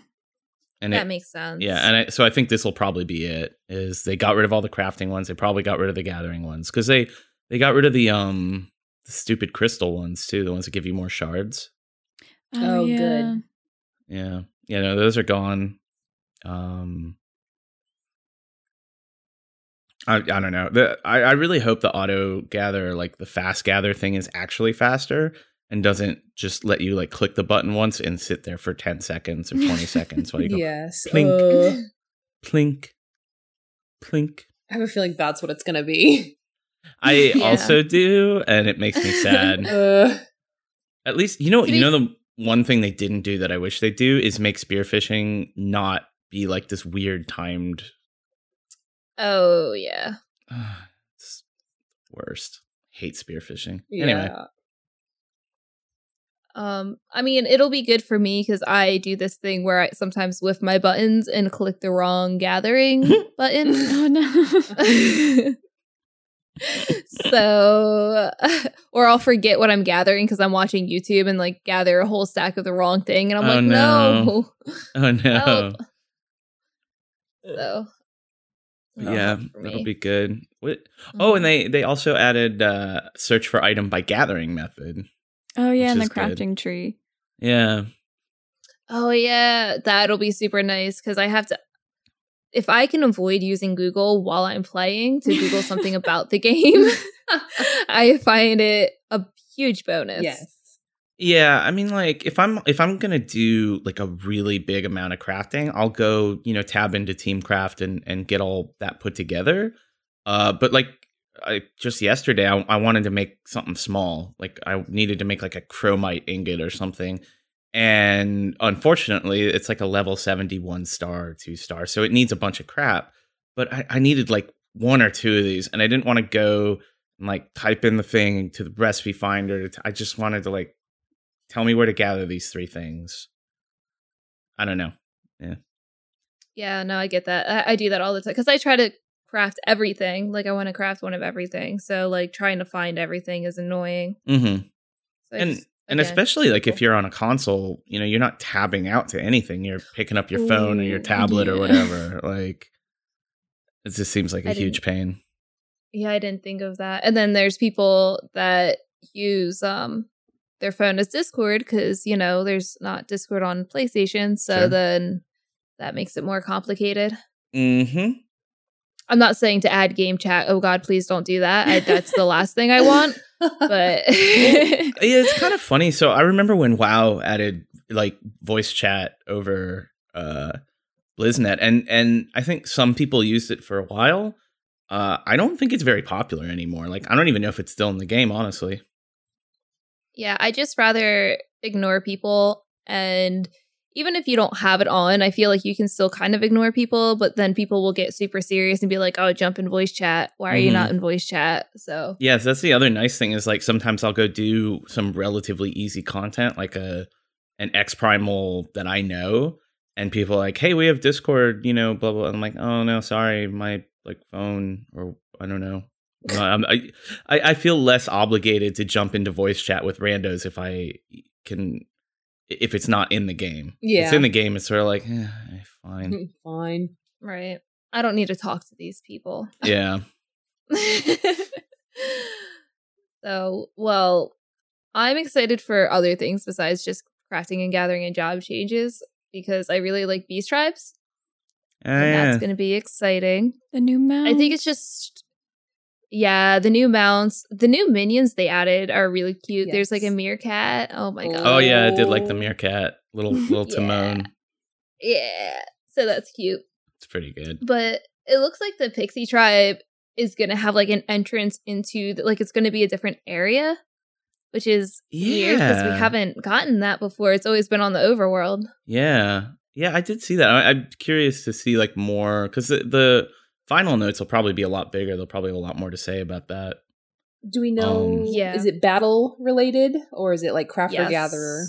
and
that
it,
makes sense.
Yeah, and I, so I think this will probably be it. Is they got rid of all the crafting ones. They probably got rid of the gathering ones because they they got rid of the um the stupid crystal ones too. The ones that give you more shards.
Oh, good.
Yeah, yeah, no, those are gone. Um, I I don't know. The, I I really hope the auto gather like the fast gather thing is actually faster and doesn't just let you like click the button once and sit there for ten seconds or twenty seconds while you go
Yes.
Plink.
uh,
plink, plink.
I have a feeling that's what it's gonna be.
I
Yeah.
also do, and it makes me sad.
Uh,
At least you know
To
you
be-
know the one thing they didn't do that I wish they do is make spearfishing not be like this weird timed
Oh, yeah.
Ah, it's worst. Hate spearfishing.
yeah.
Anyway,
Um, I mean, it'll be good for me because I do this thing where I sometimes whiff my buttons and click the wrong gathering button.
Oh no.
so or i'll forget what i'm gathering because i'm watching youtube and like gather a whole stack of the wrong thing and i'm
Oh,
like no,
no. oh no.
Help. so
But
that'll
yeah,
help for
that'll
me.
be good. What? Oh, and they they also added uh search for item by gathering method.
oh yeah, and
Which
the
is good.
crafting tree.
Yeah.
oh yeah that'll be super nice because i have to if i can avoid using google while i'm playing to google something about the game i find it a huge bonus
Yes.
Yeah, I mean like if I'm if I'm going to do like a really big amount of crafting, I'll go, you know, tab into Teamcraft and and get all that put together. Uh but like I just yesterday I, I wanted to make something small. Like I needed to make like a chromite ingot or something. And unfortunately, it's like a level 71 star, two star. So it needs a bunch of crap. But I, I needed like one or two of these. And I didn't want to go and like type in the thing to the recipe finder. I just wanted to like tell me where to gather these three things. I don't know.
Yeah, no, I get that. I, I do that all the time because I try to craft everything. Like I want to craft one of everything. So like trying to find everything is annoying.
Mm hmm.
So I
and
just-
and
again,
especially like if
people.
you're on a console, you know, you're not tabbing out to anything. You're picking up your phone or your
Ooh,
tablet or
yeah.
whatever. Like it just seems like a
I
huge pain.
yeah, I didn't think of that. And then there's people that use um their phone as Discord because you know there's not Discord on PlayStation, so
Sure.
then that makes it more complicated.
Mm-hmm.
I'm not saying to add game chat. Oh God, please don't do that. I, that's the last thing I want. But
Yeah, it's kind of funny. So I remember when WoW added like voice chat over uh BlizzNet and and I think some people used it for a while. Uh I don't think it's very popular anymore. Like I don't even know if it's still in the game, honestly.
Yeah, I just rather ignore people. And even if you don't have it on, I feel like you can still kind of ignore people, but then people will get super serious and be like, oh, jump in voice chat. Why are you
Mhm.
not in voice chat? So,
Yes, that's the other nice thing is like sometimes I'll go do some relatively easy content, like a an X primal that I know, and people are like, hey, we have Discord, you know, blah blah. I'm like, oh no, sorry, my like phone or I don't know. No, I'm, I I I feel less obligated to jump into voice chat with randos if I can if it's not in the game. If it's
Yeah.
in the game. It's sort of like eh, fine.
Fine.
right. I don't need to talk to these people.
yeah.
so, well, I'm excited for other things besides just crafting and gathering and job changes because I really like Beast Tribes.
Ah,
and
yeah.
That's going to be exciting.
The new mount.
I
Mm.
think it's just yeah, the new mounts, the new minions they added are really cute. There's like a
Yes.
meerkat. Oh my god.
oh yeah, I did like the meerkat, little little
Yeah.
Timon.
Yeah. So that's cute.
It's pretty good.
But it looks like the pixie tribe is going to have like an entrance into the, like it's going to be a different area, which is weird because we
Yeah.
haven't gotten that before. It's always been on the overworld.
Yeah, yeah, I did see that. I, I'm curious to see like more because the, the final notes will probably be a lot bigger. They'll probably have a lot more to say about that.
Do we know?
Um,
Yeah.
Is it battle related or is it like crafter
Yes.
gatherer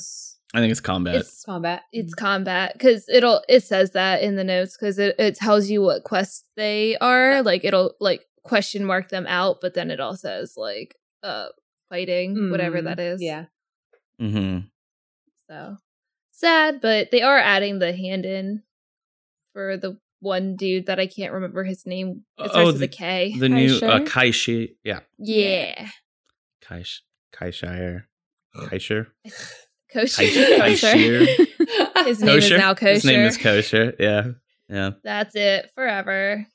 I think it's combat.
It's
combat?
it's combat because it'll it says that in the notes because it, it tells you what quests they are like it'll like question mark them out but then it all says like uh fighting whatever
Mm,
that is
Yeah.
hmm
so sad but they are adding the hand in for the one dude that i can't remember his name it starts
Oh,
with
the-
a k
The new uh,
Kaishire?
Kaishi, yeah,
yeah
Kaish, Kaishire, Kaishire.
kosher
Kaish-
kosher
Kaishir?
his name is now kosher
His name is kosher. Yeah, yeah.
that's it forever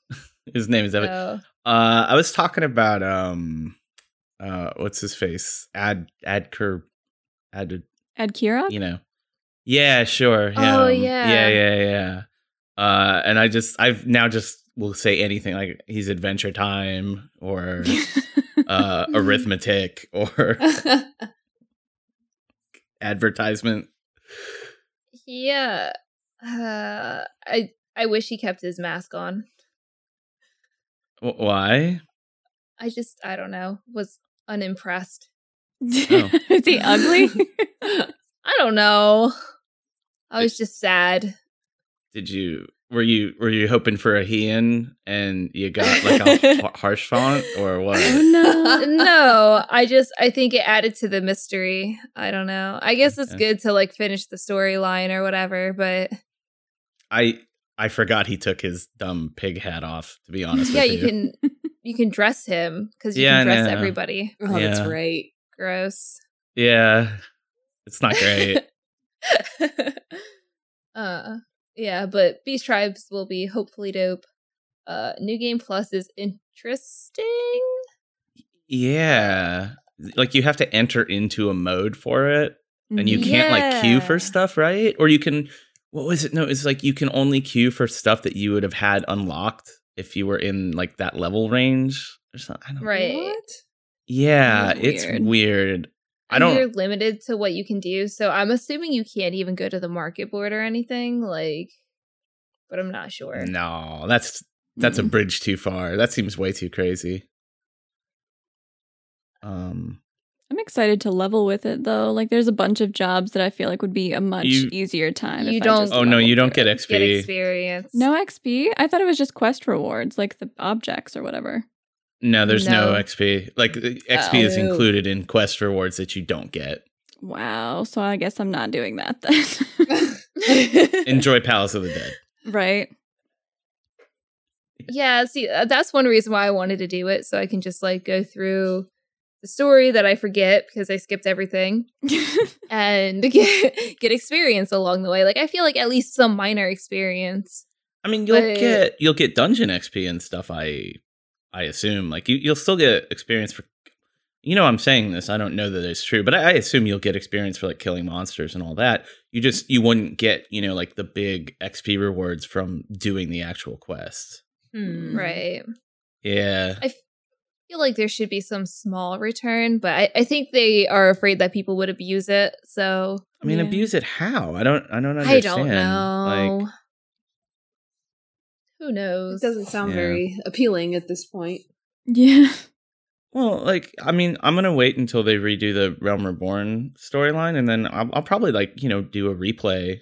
His name is Evan.
so
Uh, I was talking about um, uh, what's his face? Ad Adker, Ad
Ed Kira.
you know. Yeah, sure. Yeah.
Oh,
um,
yeah.
Yeah, yeah, yeah. Uh, and I just, I've now just will say anything like he's Adventure Time or uh, Arithmetic or advertisement.
Yeah. Uh, I I wish he kept his mask on.
W- why?
I just I don't know. Was unimpressed.
Oh.
Is he ugly?
I don't know. I was just sad.
Did you? Were you were you hoping for a Heian and you got like a har- harsh font or what?
oh
No, I just I think it added to the mystery. I don't know. I guess it's
Okay.
good to like finish the storyline or whatever, but
I I forgot he took his dumb pig hat off. To be honest,
yeah,
with
you can you can dress him cuz you
Yeah, I
can dress
know.
everybody.
Oh,
Yeah.
that's right.
Gross.
Yeah, it's not great.
uh yeah, but Beast Tribes will be hopefully dope. Uh New Game Plus is interesting.
Yeah. Like you have to enter into a mode for it and you
Mhm.
can't like queue for
Yeah.
stuff, right? Or you can what was it? No, it's like you can only queue for stuff that you would have had unlocked if you were in like that level range or something. I don't
Right.
What?
Yeah,
That is
it's
weird.
weird. I don't-
You're limited to what you can do, so I'm assuming you can't even go to the market board or anything. Like, but I'm not sure.
No, that's that's a
Mm.
bridge too far. That seems way too crazy. Um,
I'm excited to level with it though. Like there's a bunch of jobs that I feel like would be a much
You-
easier time.
You
if I
don't-
just
oh no,
leveled
you don't
through
get
it.
XP.
Get experience.
No XP? I thought it was just quest rewards, like the objects or whatever.
No, there's no.
No.
XP. Like uh, XP
Oh.
is included in quest rewards that you don't get.
Wow. So I guess I'm not doing that then.
Enjoy.
Enjoy Palace of the Dead.
right?
Yeah, see, uh, that's one reason why I wanted to do it, so I can just like go through the story that I forget because I skipped everything and get get experience along the way. Like I feel like at least some minor experience.
I mean, you'll
But-
get you'll get dungeon XP and stuff. I I assume like you you'll still get experience for. You know, I'm saying this. I don't know that it's true, but I, I assume you'll get experience for like killing monsters and all that. You just you wouldn't get you know like the big XP rewards from doing the actual
Mm-hmm.
quests.
Hmm.
Right. I
Yeah,
feel like there should be some small return, but I, I think they are afraid that people would abuse it. So
I mean,
Yeah.
abuse it how? I don't I don't
I
understand.
don't know.
Like,
Who knows?
It doesn't sound
Yeah.
very appealing at this point.
Yeah.
well, like I mean, I'm gonna wait until they redo the Realm Reborn storyline, and then I'll, I'll probably like you know do a replay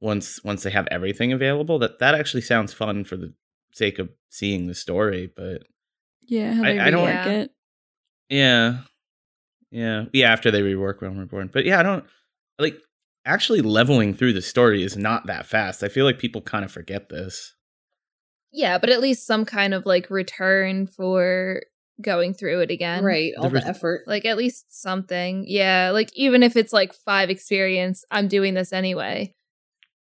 once once they have everything available. That that actually sounds fun for the sake of seeing the story, but
Yeah. How
I-
they
I don't-
rework it.
yeah, yeah, yeah. After they rework Realm Reborn, but yeah, I don't like actually leveling through the story is not that fast. I feel like people kind of forget this.
yeah, but at least some kind of like return for going through it again.
right. All
There
the
was-
effort.
like at least something yeah like even if it's like five experience i'm doing this anyway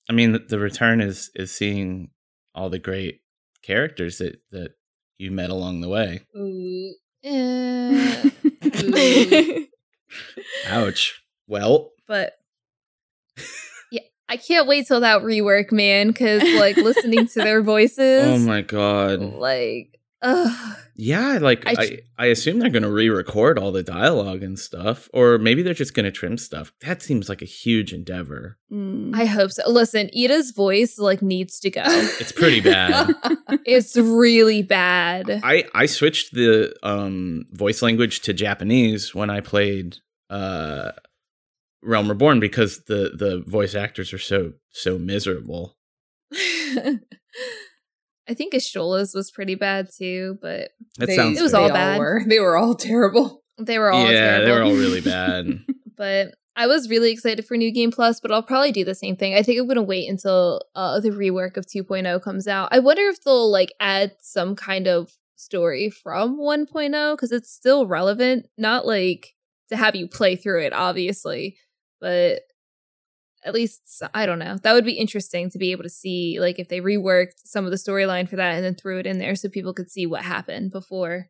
I mean, the, the return is is seeing all the great characters that that you met along the way.
Ooh.
Eh,
Ouch. Well,
but yeah i can't wait till that rework man because like listening to their
oh
voices
my god.
like ugh.
Yeah, like I,
Oh. I
I, assume they're going to re-record all the dialogue and stuff, or maybe they're just going to trim stuff. That seems like a huge endeavor.
Mm.
i hope so listen ida's voice like needs to go
It's pretty bad.
it's really bad
I I switched the um voice language to Japanese when I played uh Realm Reborn because the the voice actors are so so miserable.
i think ashola's was pretty bad too but
That
They-
sounds
It was
they
all
bad.
bad.
were. They were all terrible.
they were all
yeah,
terrible.
they were all really bad.
but I was really excited for New Game Plus, but I'll probably do the same thing. I think I'm going to wait until uh, the rework of 2.0 comes out. I wonder if they'll like add some kind of story from 1.0 because it's still relevant, not like to have you play through it, obviously, but at least s- I don't know. That would be interesting to be able to see like if they reworked some of the storyline for that and then threw it in there so people could see what happened before.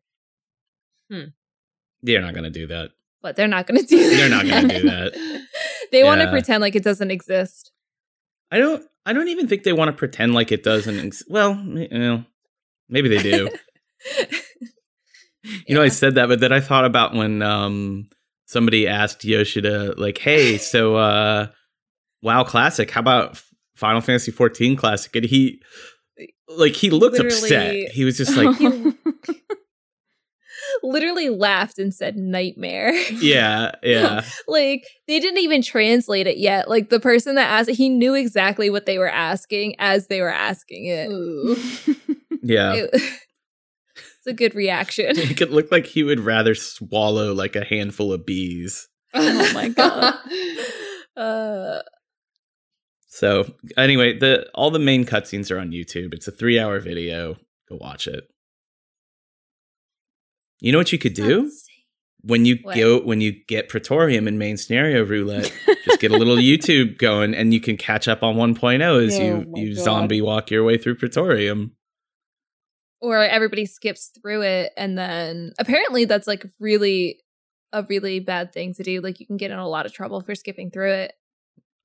They're not gonna do that.
But they're not going to do that.
They're not gonna do that.
they want to
Yeah.
pretend like it doesn't exist.
I don't. I don't even think they want to pretend like it doesn't. Ex- well, m- you know, maybe they do. you know, I
Yeah.
said that, but then I thought about when um somebody asked Yoshida, like, "Hey, so uh, WoW Classic, how about F- Final Fantasy 14 Classic?" And he, like, he looked
Literally-
upset. He was just like,
Literally laughed and said nightmare.
"Yeah, yeah."
like they didn't even translate it yet. Like the person that asked, he knew exactly what they were asking as they were asking it.
Ooh.
Yeah.
It- it's a good reaction.
It looked like he would rather swallow like a handful of bees.
Oh my God.
Uh,
So anyway, the all the main cutscenes are on YouTube. It's a three hour video. Go watch it. You know what you could do when you
What?
go when you get Praetorium in main scenario roulette. just get a little YouTube going, and you can catch up on 1.0 as
Oh
you
my
you
God.
zombie walk your way through Praetorium.
or everybody skips through it and then apparently that's like really a really bad thing to do. Like you can get in a lot of trouble for skipping through it.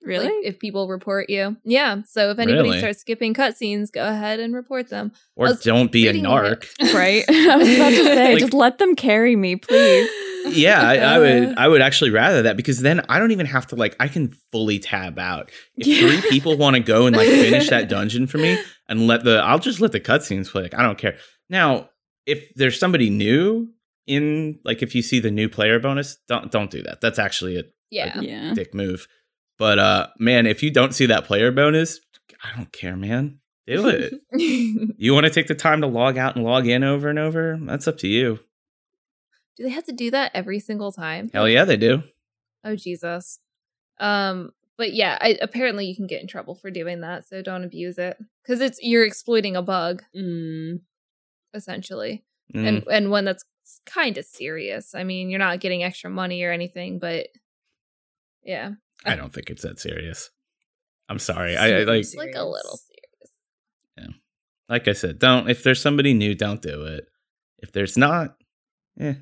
really?
Like, if people report you. Yeah. So if anybody
Really?
starts skipping cutscenes, go ahead and report them. I
Or
was
don't be a
reading
narc.
right? I was about to say,
Like-
just let them carry me, please.
yeah, I, I would. I would actually rather that because then I don't even have to like. I can fully tab out. If
Yeah.
three people want to go and like finish that dungeon for me, and let the I'll just let the cutscenes play. Like, I don't care. Now, if there's somebody new in, like, if you see the new player bonus, don't don't do that. That's actually a
Yeah.
yeah.
dick move. But uh, man, if you don't see that player bonus, I don't care, man. Do it.
Do
you want to take the time to log out and log in over and over? That's up to you.
they have to do that every single time?
Hell yeah, they do.
Oh Jesus. Um but yeah, I, apparently you can get in trouble for doing that, so don't abuse it cuz it's you're exploiting a bug
Mm.
essentially.
Mm.
And and one that's kind of serious. I mean, you're not getting extra money or anything, but yeah,
I don't think it's that serious. I'm sorry. I, I
Super
like
it's like a little serious.
like I said, don't if there's somebody new, don't do it. If there's not, eh.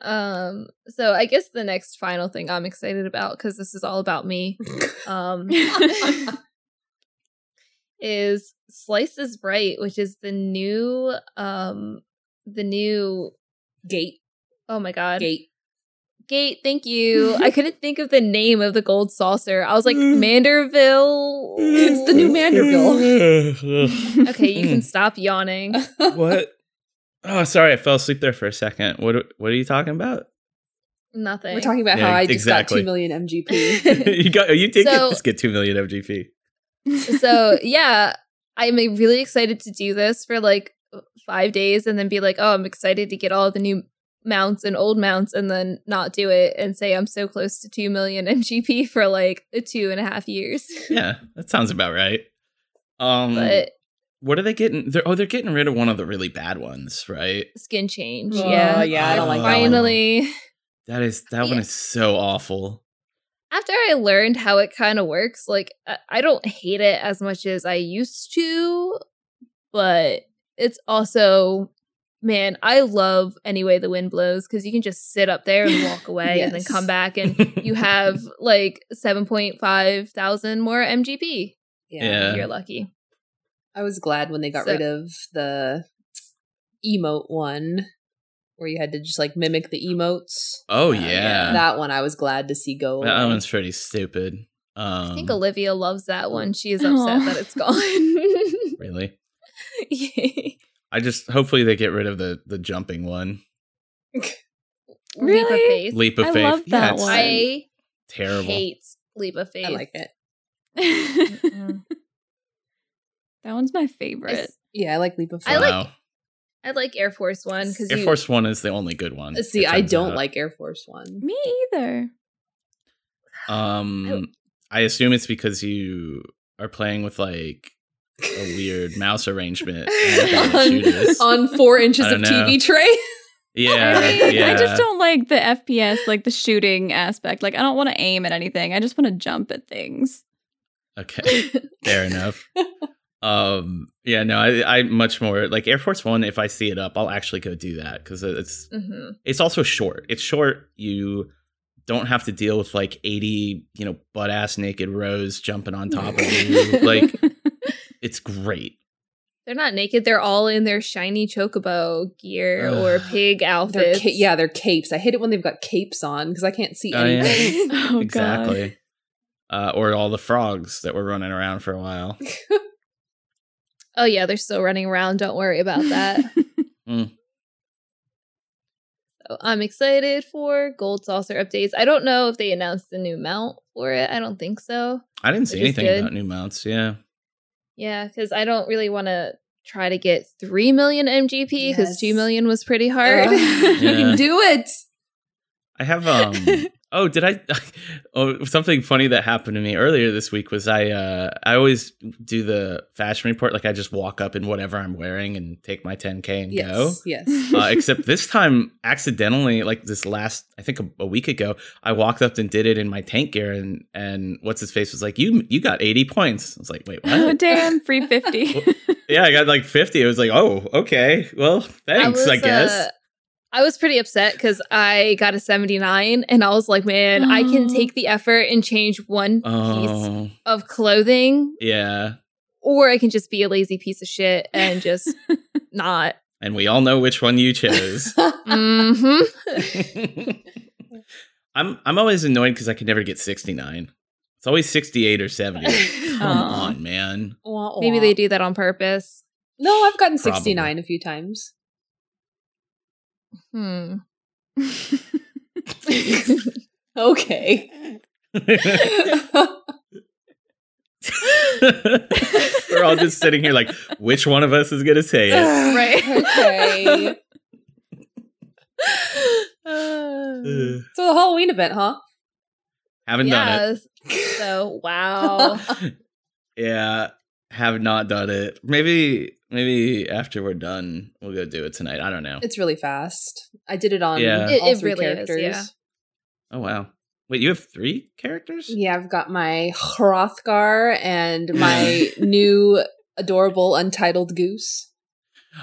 um so i guess the next final thing i'm excited about because this is all about me um is slice is right which is the new um the new
Gate.
oh my god
Gate.
Gate, thank you i couldn't think of the name of the gold saucer i was like manderville
Mm. It's the Mm. new Manderville.
okay you can stop yawning
what? Oh, sorry, I fell asleep there for a second. What what are you talking about?
nothing
We're talking about
Yeah,
how I just
exactly.
got 2 million MGP.
you got you did
So-
just get two million FGP.
so yeah i'm uh, really excited to do this for like five days and then be like oh i'm excited to get all the new mounts and old mounts and then not do it and say i'm so close to 2 million mgp for like two and a half years
Yeah, that sounds about right. Um
but
what are they getting? They're oh they're getting rid of one of the really bad ones, right?
skin change
Oh,
yeah
yeah, I don't
like that one.
finally
That is that one
Yeah.
is so awful.
after I learned how it kind of works, like I- I don't hate it as much as I used to, but it's also, man, I love any way the wind blows because you can just sit up there and walk away and then
Yes.
come back and you have like 7.5 thousand more MGP.
Yeah.
You're lucky.
I was glad when they got
So-
rid of the emote one where you had to just like mimic the emotes.
Oh
Uh,
yeah.
That one I was glad to see go away.
That one's pretty stupid. Um,
I think Olivia loves that one. She is upset
Aw.
that it's gone.
really.
Yeah.
I just hopefully they get rid of the the jumping one.
Leap of
Really?
faith.
Leap of
I
faith.
love that
it's
one.
I
terrible.
hate leap of faith.
I like it.
that
Mm-mm.
one's my
I
favorite.
s-
Yeah, I like Leap of Faith.
I like-
Wow.
I like Air Force One because
Air Force One is the only good one.
Uh, See,
it
I
turns
don't
out.
like Air Force One.
Me either.
Um, I assume it's because you are playing with like a weird mouse arrangement. and
on,
you can shoot us.
on four inches
I
of
don't know.
TV tray.
yeah,
I mean,
yeah.
I just don't like the FPS, like the shooting aspect. Like, I don't want to aim at anything. I just want to jump at things.
Okay, fair enough. Um, yeah, no, I, I much more like Air Force One. If I see it up, I'll actually go do that because it's
hmm
it's also short. It's short. You don't have to deal with like 80, you know, butt ass naked rows jumping on top of you. Mm, like it's great.
They're not naked. They're all in their shiny chocobo gear
Ugh.
or pig
Their
outfits.
ca- yeah, they're capes. I hate it when they've got capes on because I can't see
Oh, yeah.
anything.
oh, God.
exactly. Uh, or all the frogs that were running around for a while.
Oh yeah, they're still running around. Don't worry about that. So Oh, I'm excited for Gold Saucer updates. I don't know if they announced the new mount for it. I don't think so.
I didn't see
Which is
anything
good.
about new mounts. Yeah.
Yeah, because I don't really want to try to get three million MGP because
Yes.
two million was pretty hard.
Ugh, You
Yeah.
can do it.
I have um oh did I oh something funny that happened to me earlier this week was I uh I always do the fashion report like I just walk up in whatever I'm wearing and take my 10k and
Yes,
go.
yes.
uh, except this time accidentally like this last i think a, a week ago i walked up and did it in my tank gear and and what's his face was like you you got 80 points i was like wait
Oh,
what
damn. Free 50.
yeah i got like 50 it was like oh okay well thanks i,
was,
guess
uh, I was pretty upset because I got a 79 and I was like, man, I can
Oh.
take the effort and change one piece
oh
of clothing
yeah
or I can just be a lazy piece of shit and just not
and we all know which one you chose.
mm-hmm.
I'm I'm always annoyed because I can never get 69. It's always 68 or 70. Come
Aw.
on, man.
Wah,
Maybe
wah.
they do that on purpose.
No, I've gotten
Probably.
69 a few times.
Hmm.
Okay.
We're all just sitting here like, which one of us is gonna say it?
Right.
okay.
Uh,
Ugh.
So the Halloween event, huh?
haven't done
yes. So wow.
Oh.
it. Yeah, have not done it. Maybe maybe after we're done, we'll go do it tonight. I don't know.
It's really fast. I did it on
Yeah.
It-
all
it
three
really is,
characters.
yeah.
Oh wow. Wait, you have three characters?
Yeah, I've got my Hrothgar and my new adorable untitled goose.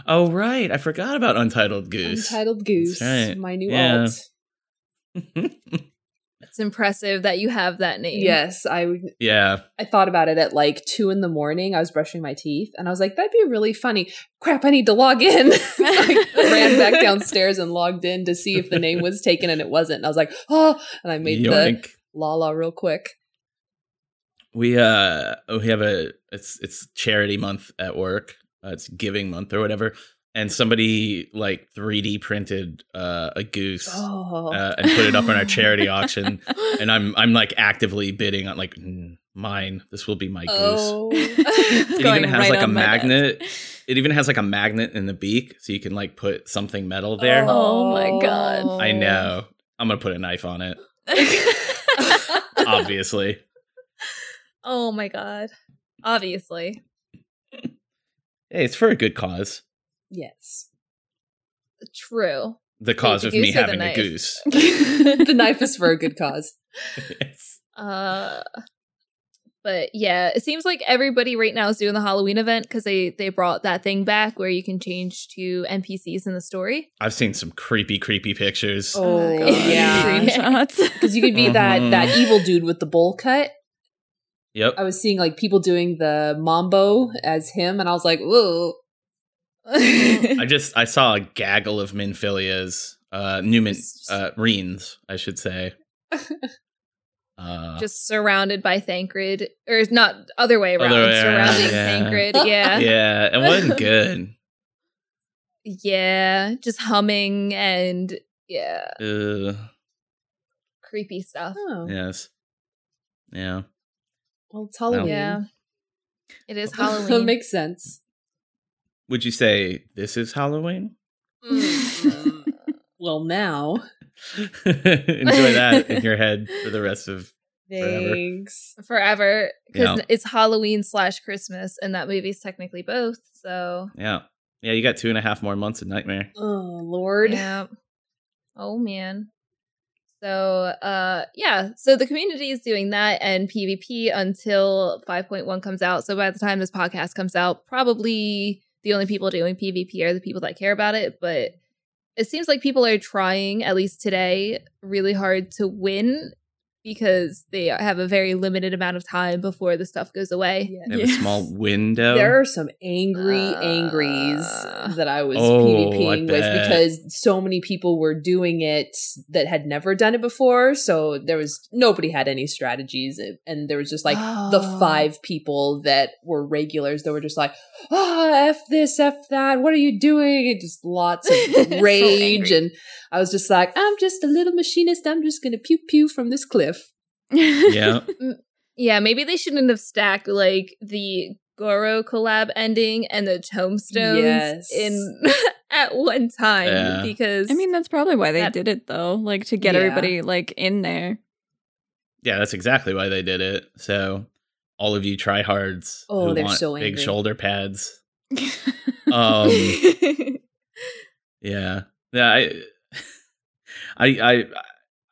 Oh right, I forgot about Untitled Goose.
Untitled goose.
right.
My new
Yeah.
alt.
it's impressive that you have that name.
Yes, I
yeah.
I thought about it at like two in the morning. I was brushing my teeth and I was like, that'd be really funny. Crap, I need to log in. so I ran back downstairs and logged in to see if the name was taken and it wasn't. And I was like, oh, and I made the
Yoink.
la la real quick.
We uh we have a it's it's charity month at work. Uh, it's giving month or whatever. And somebody like 3D printed uh, a goose
Oh,
uh, and put it up on our charity auction. And I'm I'm like actively bidding on like "Mm, mine. This will be my goose.
oh.
it
It even has like a magnet. It even has like a magnet in the beak, so you can like put something metal there.
Oh my God.
I know. I'm gonna put a knife on it, obviously.
Oh my god. Obviously.
hey, it's for a good cause.
Yes.
True.
The cause
the
of me
goose or the
having a
knife?
goose.
The knife is for a good cause.
Yes.
Uh but yeah, it seems like everybody right now is doing the Halloween event because they they brought that thing back where you can change to NPCs in the story.
I've seen some creepy, creepy pictures.
Oh,
God.
yeah. Mm-hmm.
Screenshots.
Because you could be that,
Mhm.
that evil dude with the bowl cut.
Yep.
I was seeing like people doing the mambo as him, and I was like, whoa. Oh,
I just I saw a gaggle of Minfilias, uh Newman uh Reens, I should say. Uh
Just surrounded by Thancred. Or it's not other way around.
Other way around,
surrounding
yeah.
Thancred. Yeah. yeah.
yeah, it wasn't good.
Just humming and yeah.
Uh,
Creepy stuff.
Oh,
yes. Yeah.
well, it's Halloween.
Yeah. It is Halloween.
Makes sense.
Would you say this is Halloween?
Mm.
Well, now.
Enjoy that in your head for the rest of Forever.
Thanks.
forever because
Yeah.
it's Halloween slash Christmas, and that movie's technically both. So,
yeah. Yeah, you got two and a half more months of nightmare.
Oh, Lord.
yeah. Oh man. So, uh, yeah. So the community is doing that and PvP until 5.1 comes out. So by the time this podcast comes out, probably the only people doing PvP are the people that care about it. But it seems like people are trying, at least today, really hard to win because they have a very limited amount of time before the stuff goes away.
Yeah.
They have
Yes.
a small window.
There are some angry
Uh,
angries that I was
Oh, I
PvPing with
bet.
because so many people were doing it that had never done it before. So there was nobody had any strategies, and there was just like the
Oh.
five people that were regulars that were just like, oh, F this, F that, what are you doing? And just lots of
So
rage.
angry.
and I was just like, I'm just a little machinist. I'm just going to pew pew from this cliff.
Yeah.
Yeah, maybe they shouldn't have stacked like the Goro collab ending and the tombstones
Yes.
in at one time
Yeah.
because
I mean, that's probably why they
That-
did it though, like to get
Yeah.
everybody like in there.
Yeah, that's exactly why they did it. So all of you tryhards
Oh,
who
they're
want
so
big
angry.
shoulder pads. Um, yeah, yeah. I, I, I,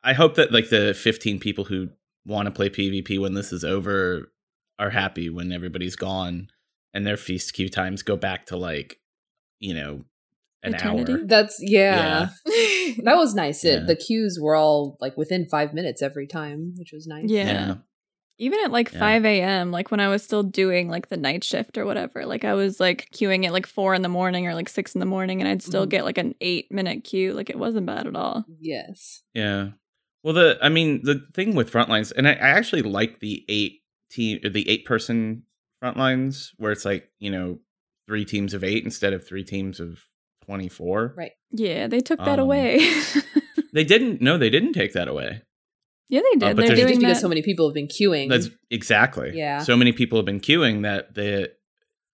I hope that like the 15 people who want to play PvP when this is over are happy when everybody's gone and their feast queue times go back to like, you know, an
Eternity?
hour.
That's, yeah.
Yeah.
That was nice. It,
Yeah.
The cues were all like within five minutes every time, which was nice.
yeah. Even at like
Yeah.
5 a.m., like when I was still doing like the night shift or whatever, like I was like queuing at like four in the morning or like six in the morning and I'd still
Mm-hmm.
Mhm.
get like an eight minute queue. Like it wasn't bad at all.
Yes.
Yeah. Well, the I mean the thing with frontlines, and I, I actually like the eight team, or the eight person frontlines, where it's like you know three teams of eight instead of three teams of twenty four.
Right.
Yeah, they took that
Um,
away.
They didn't. No, they didn't take that away.
yeah, they
Uh,
did.
but
They're
there's-
Just
doing
because
that.
so many people have been queuing.
That's exactly.
Yeah.
So many people have been queuing that the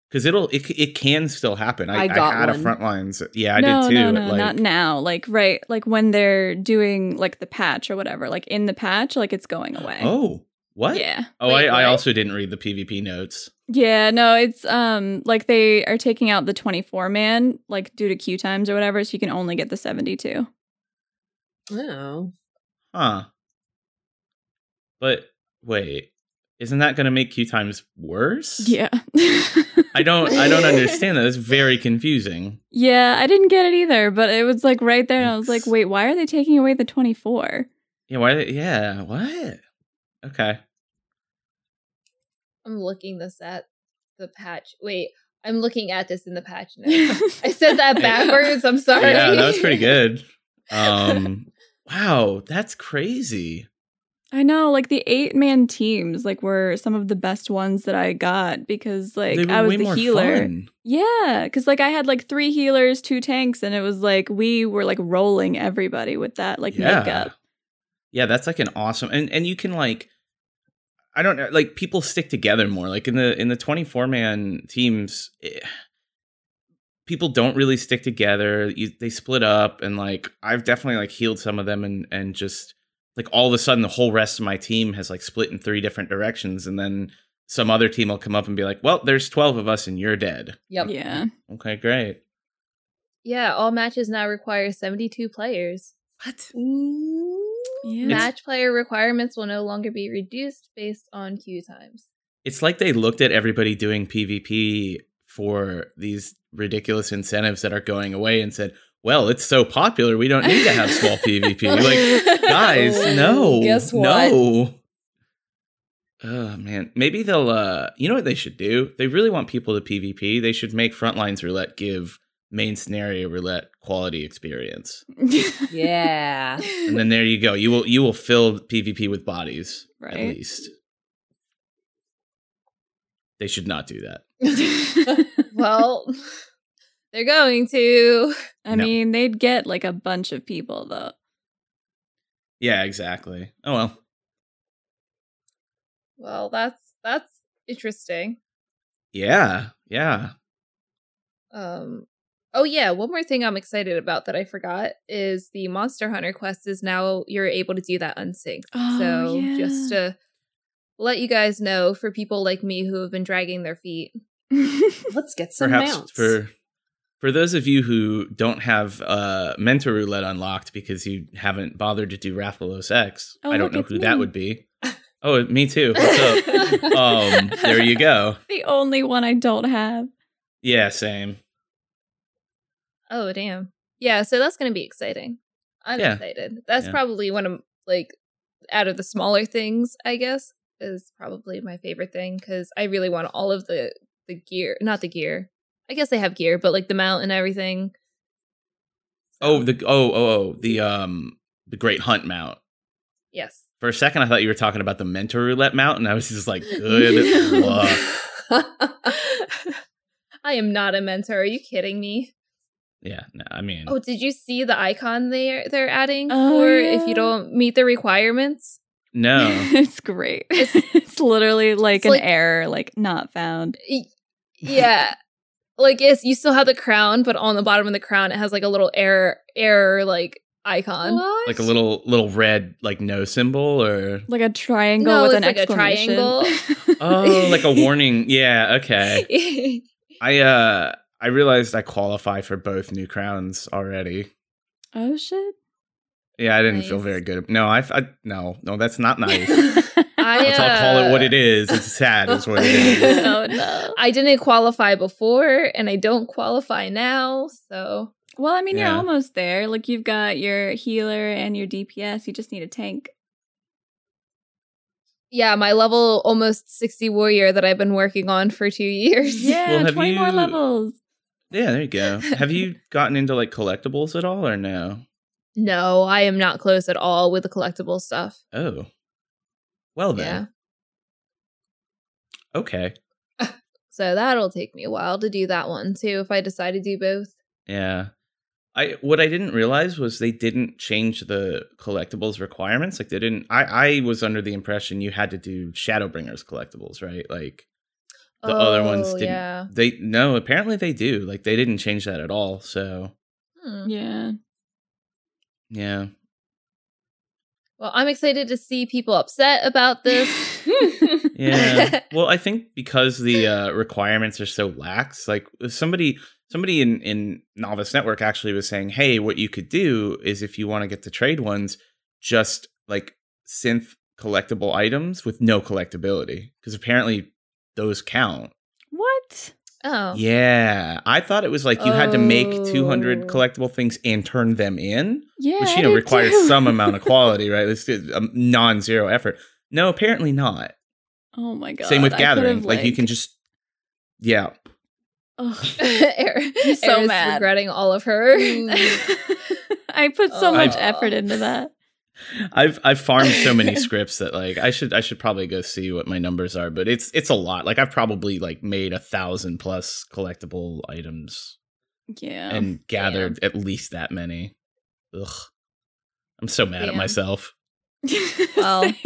because it'll it, c- it can still happen. I,
I got
had a
one.
frontlines. Yeah, I
no,
did too.
no,
at,
no,
like-
not now. Like right, like when they're doing like the patch or whatever. Like in the patch, like it's going away.
Oh, what?
yeah.
Oh,
Wait,
I, I
what?
also didn't read the PvP notes.
Yeah, no, it's um like they are taking out the 24 man like due to queue times or whatever, so you can only get the 72.
oh.
Huh. But wait, isn't that going to make queue times worse?
Yeah.
I don't I don't understand that. That's very confusing.
yeah, I didn't get it either, but it was like right there and I was like, "Wait, why are they taking away the 24?"
Yeah, why yeah, what? Okay.
I'm looking this at the patch. Wait, I'm looking at this in the patch now. I said that backwards. I'm sorry.
Yeah, that was pretty good. Um wow, that's crazy.
I know, like the eight man teams like were some of the best ones that I got because
They
like
were
I was
way
the
more
healer.
fun.
Yeah, because like I had like three healers, two tanks, and it was like we were like rolling everybody with that like
Yeah.
makeup.
Yeah, that's like an awesome and and you can like I don't know, like people stick together more. Like in the in the 24 man teams eh, people don't really stick together. You, they split up and like I've definitely like healed some of them and and just like all of a sudden the whole rest of my team has like split in three different directions and then some other team will come up and be like, "Well, there's 12 of us and you're dead."
Yep.
Yeah.
Okay, great.
Yeah, all matches now require 72 players.
What?
Yeah.
Match player requirements will no longer be reduced based on queue times.
It's like they looked at everybody doing PvP for these ridiculous incentives that are going away and said, "Well, it's so popular, we don't need to have small PvP." Like guys no
Guess what?
no oh man maybe they'll uh you know what they should do they really want people to pvp they should make frontlines roulette give main scenario roulette quality experience
Yeah.
and then there you go you will you will fill pvp with bodies at
Right.
least they should not do that
Well, they're going to.
I
No.
mean, they'd get like a bunch of people though.
yeah exactly oh well
Well, that's that's interesting.
yeah yeah
Um Oh yeah, one more thing I'm excited about that I forgot is the Monster Hunter quest is now you're able to do that unsynced.
Oh,
so just
yeah.
to let you guys know for people like me who have been dragging their feet.
Let's get some
perhaps
mounts.
for for those of you who don't have uh, mentor roulette unlocked because you haven't bothered to do Rathalos X,
Oh,
I
look,
don't know
it's
who that
me.
would be. Oh, me too. What's up? um, there you go.
the only one I don't have.
Yeah, same.
Oh damn. Yeah, so that's gonna be exciting. I'm
Yeah.
excited. That's
Yeah.
probably one of like out of the smaller things, I guess, is probably my favorite thing because I really want all of the the gear not the gear. I guess they have gear, but like the mount and everything.
Oh, the oh oh oh the um the Great Hunt mount.
Yes.
For a second, I thought you were talking about the Mentor Roulette mount, and I was just like, good luck.
I am not a mentor. Are you kidding me?
Yeah, no, I mean,
Oh, did you see the icon they they're adding
Oh,
for if
yeah.
you don't meet the requirements?
no.
it's great. It's,
It's-
literally like
it's
an
like-
error, like not found.
Y- Yeah. like yes, you still have the crown, but on the bottom of the crown it has like a little error error like icon.
Like a little little red like no symbol or
Like a triangle
No,
with
it's
an
like a
exclamation.
triangle.
oh like a warning. Yeah, okay. I uh I realized I qualify for both new crowns already.
oh shit.
Yeah, I didn't feel
Nice.
very good. No, I, I no no that's not nice.
I,
Let's all call it what
uh,
it is. It's sad, is what it is.
oh no.
I didn't qualify before and I don't qualify now, so
Well, I mean,
Yeah.
you're almost there. Like you've got your healer and your DPS. You just need a tank.
Yeah, my level almost 60 warrior that I've been working on for two years.
Yeah,
Well, have
20 more
you-
levels.
Yeah, there you go. Have you gotten into like collectibles at all or no?
No, I am not close at all with the collectible stuff.
Oh. Well
Yeah.
then. Okay.
So that'll take me a while to do that one too if I decide to do both.
Yeah. I what I didn't realize was they didn't change the collectibles requirements. Like they didn't I I was under the impression you had to do Shadowbringers collectibles, right? Like the other ones
Oh,
didn't.
Yeah.
They no, apparently they do. Like they didn't change that at all. So
Hmm.
Yeah.
yeah.
Well, I'm excited to see people upset about this.
Yeah. well, I think because the uh, requirements are so lax, like if somebody somebody in in Novice Network actually was saying, "Hey, what you could do is if you want to get to trade ones, just like synth collectible items with no collectability because apparently those count."
What?
Oh.
Yeah, I thought it was like you had to make 200
Oh.
collectible things and turn them in
Yeah.
which
I
you know
did
requires
too.
some amount of quality, right? This is a non-zero effort. No, apparently not.
Oh my god.
Same with
I could've,
gathering. Like, you can just, yeah,
Ugh.
Erin-
I'm so
Erin's
mad.
regretting all of her.
I put so
Oh.
much
I've-
effort into that.
I've I've farmed so many scripts that like I should I should probably go see what my numbers are, but it's it's a lot. Like I've probably like made a thousand plus collectible items
Oh, Yeah.
and gathered at least that many. Ugh, I'm so mad at
Damn.
myself.
Well.
Same.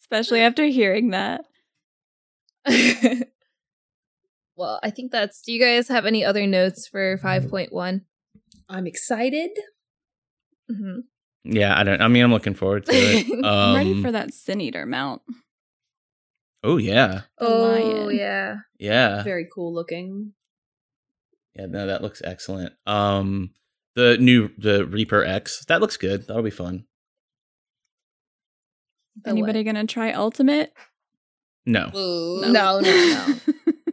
Especially after hearing that.
well, I think that's. Do you guys have any other notes for 5one
I'm excited.
Mm-hmm.
Yeah, I don't. I mean, I'm looking forward to it. Um,
I'm ready for that Sin Eater mount.
Oh yeah,
The
Oh
lion.
yeah.
yeah.
Very cool looking.
Yeah, no, that looks excellent. Um, the new the Reaper X that looks good. That'll be fun.
The
Anybody gonna try Ultimate?
No,
what? No, no, no.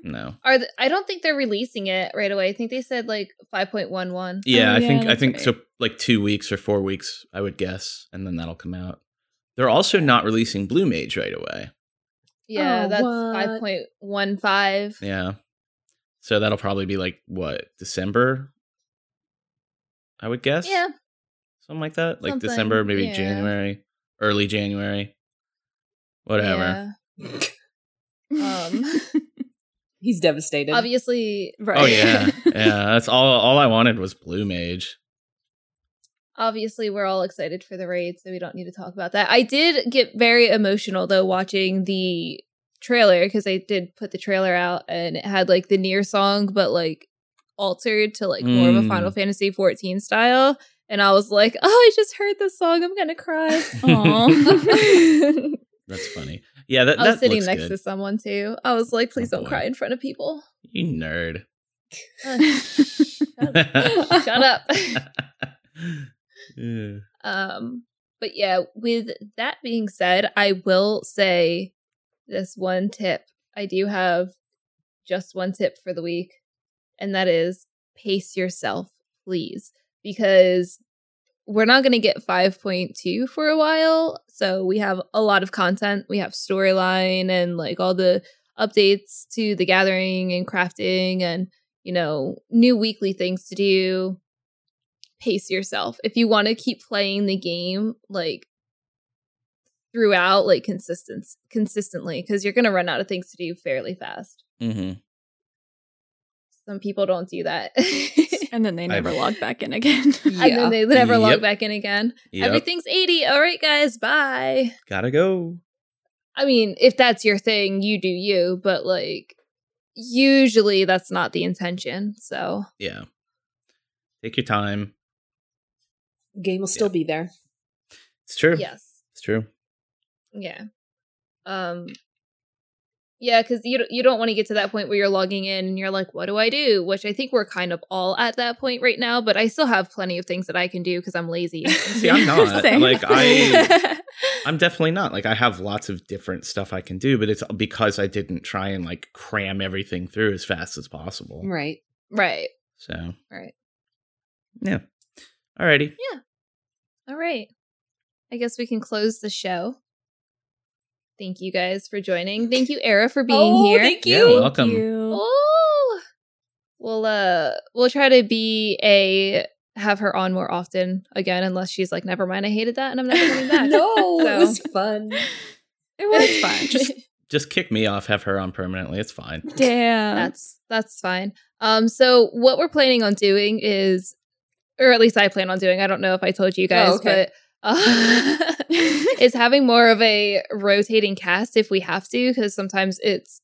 no.
Are th- I don't think they're releasing it right away. I think they said like 5.11.
Yeah,
Oh,
I
yeah,
think I
that's
think
right.
so. Like two weeks or four weeks, I would guess, and then that'll come out. They're also not releasing Blue Mage right away.
Yeah,
Oh,
that's
what?
5.15.
Yeah, so that'll probably be like what December, I would guess.
Yeah.
something like that. Like
Something,
December, maybe
yeah.
January, early January, whatever.
Um,
He's devastated.
yeah. Obviously,
right.
Oh yeah, yeah. That's all. All I wanted was Blue Mage.
obviously we're all excited for the raid so we don't need to talk about that i did get very emotional though watching the trailer because i did put the trailer out and it had like the near song but like altered to like more of a
Mm.
final fantasy 14 style and i was like oh i just heard this song i'm gonna cry i
That's funny. Yeah, that,
was
that
sitting
looks
next
good.
to someone too i was like please
Oh,
don't
boy.
cry in front of people
you nerd.
shut up
Yeah.
Um, but yeah, with that being said, I will say this one tip. I do have just one tip for the week, and that is pace yourself, please, because we're not going to get 5.2 for a while. So we have a lot of content. We have storyline and like all the updates to the gathering and crafting and, you know, new weekly things to do. Pace yourself. If you want to keep playing the game, like, throughout like consistence consistently because you're going to run out of things to do fairly fast
Mhm.
some people don't do that
And then they
I-
never log back in again.
and then they never
Yep.
log back in again
Yep.
Everything's 80. All right, guys, bye.
Gotta go.
I mean, if that's your thing, you do you, but like usually that's not the intention. So,
Yeah. Take your time.
Game will still be there.
It's true.
yes.
It's true.
Yeah. Um yeah, because you don't- you don't want to get to that point where you're logging in and you're like, what do I do? Which I think we're kind of all at that point right now. But I still have plenty of things that I can do because I'm lazy.
See, I'm not.
Same.
Like I I'm definitely not. Like I have lots of different stuff I can do, but it's because I didn't try and like cram everything through as fast as possible.
Right.
right.
So
Right.
Yeah. Alrighty.
All right. I guess we can close the show. Thank you guys for joining. Thank you, Era, for being here.
Oh, Thank
Yeah,
you.
well- Welcome.
you.
Oh, we'll uh, we'll try to be a have her on more often again, unless she's like, never mind, I hated that, and I'm never coming back.
no,
So-
it was fun.
It was fun.
Just- Just kick me off, have her on permanently. It's fine.
Damn.
that's that's fine. Um, so what we're planning on doing is, or at least I plan on doing. I don't know if I told you guys,
okay.
but. Uh, is having more of a rotating cast if we have to because sometimes it's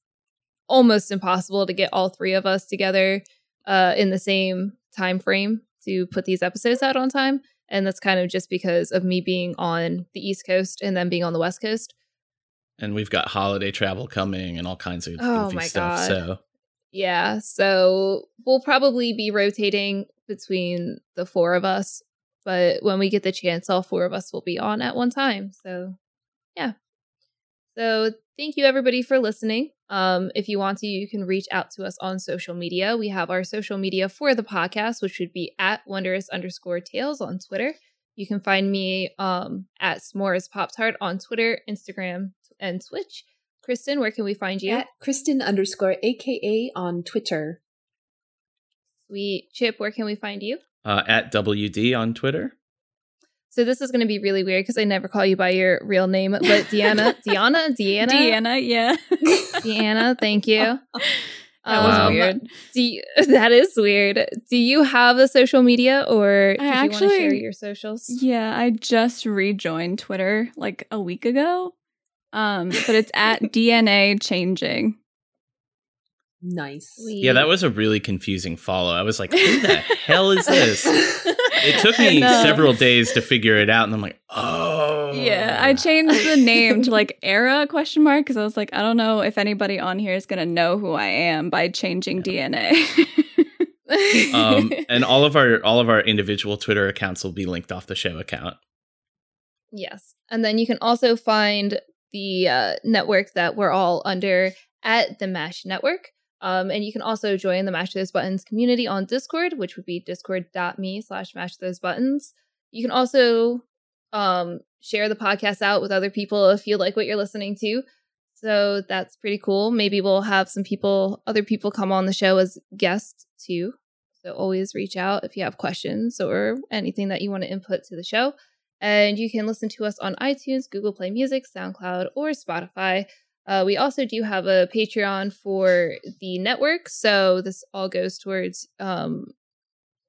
almost impossible to get all three of us together uh, in the same time frame to put these episodes out on time and that's kind of just because of me being on the east coast and then being on the west coast
And we've got holiday travel coming and all kinds of
Oh
goofy
my
stuff.
God.
So
yeah so we'll probably be rotating between the four of us but when we get the chance all four of us will be on at one time so yeah so thank you everybody for listening um, if you want to you can reach out to us on social media we have our social media for the podcast which would be at wondrous underscore tales on twitter you can find me um, at s'mores pop tart on twitter instagram and twitch kristen where can we find you
At Kristen underscore AKA on Twitter.
sweet chip where can we find you
uh, at WD on Twitter.
So this is going to be really weird because I never call you by your real name, but Deanna, Deanna, Deanna,
Deanna, yeah.
Deanna. Thank you. Um,
That
was
weird.
Do you, that is weird. Do you have a social media, or do you
I
want to share
actually-
your socials?
Yeah, I just rejoined Twitter like a week ago. Um, but it's at DNA changing.
nice.
Yeah, that was a really confusing follow. I was like, who the hell is this? It
It
took me
No.
several days to figure it out, and I'm like, oh.
Yeah, I changed the name to like era question mark because I was like, I don't know if anybody on here is gonna know who I am by changing DNA.
um, and all of our all of our individual Twitter accounts will be linked off the show account.
Yes. And then you can also find the uh, network that we're all under at the MASH Network. Um, and you can also join the Mash Those Buttons community on Discord, which would be discord.me slash mash those buttons. You can also um, share the podcast out with other people if you like what you're listening to. So that's pretty cool. Maybe we'll have some people, other people come on the show as guests too. So always reach out if you have questions or anything that you want to input to the show. And you can listen to us on iTunes, Google Play Music, SoundCloud, or Spotify. Uh, we also do have a Patreon for the network. So this all goes towards um,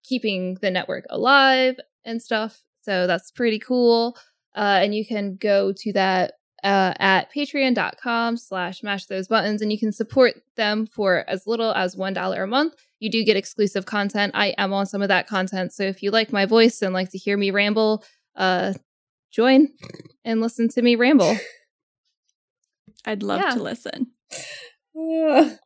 keeping the network alive and stuff. So that's pretty cool. Uh, and you can go to that uh, at patreon.com slash mash those buttons and you can support them for as little as $1 a month. You do get exclusive content. I am on some of that content. So if you like my voice and like to hear me ramble, uh join and listen to me ramble
I'd love
Yeah.
to listen.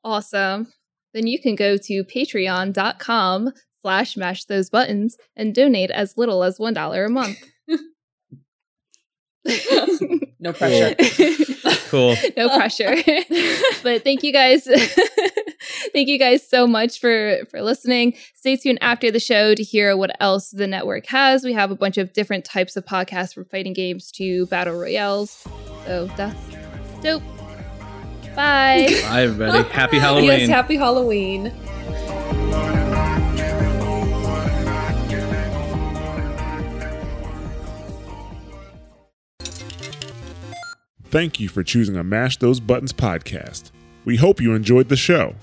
awesome then you can go to patreon.com slash mash those buttons and donate as little as one dollar a month
no pressure.
Cool.
no pressure but thank you guys thank you guys so much for for listening stay tuned after the show to hear what else the network has we have a bunch of different types of podcasts from fighting games to battle royales so that's dope bye
Bye, everybody. Happy Halloween.
yes, happy Halloween.
Thank you for choosing a Mash Those Buttons podcast. We hope you enjoyed the show.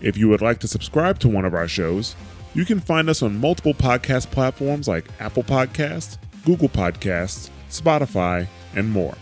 If you would like to subscribe to one of our shows, you can find us on multiple podcast platforms like Apple Podcasts, Google Podcasts, Spotify, and more.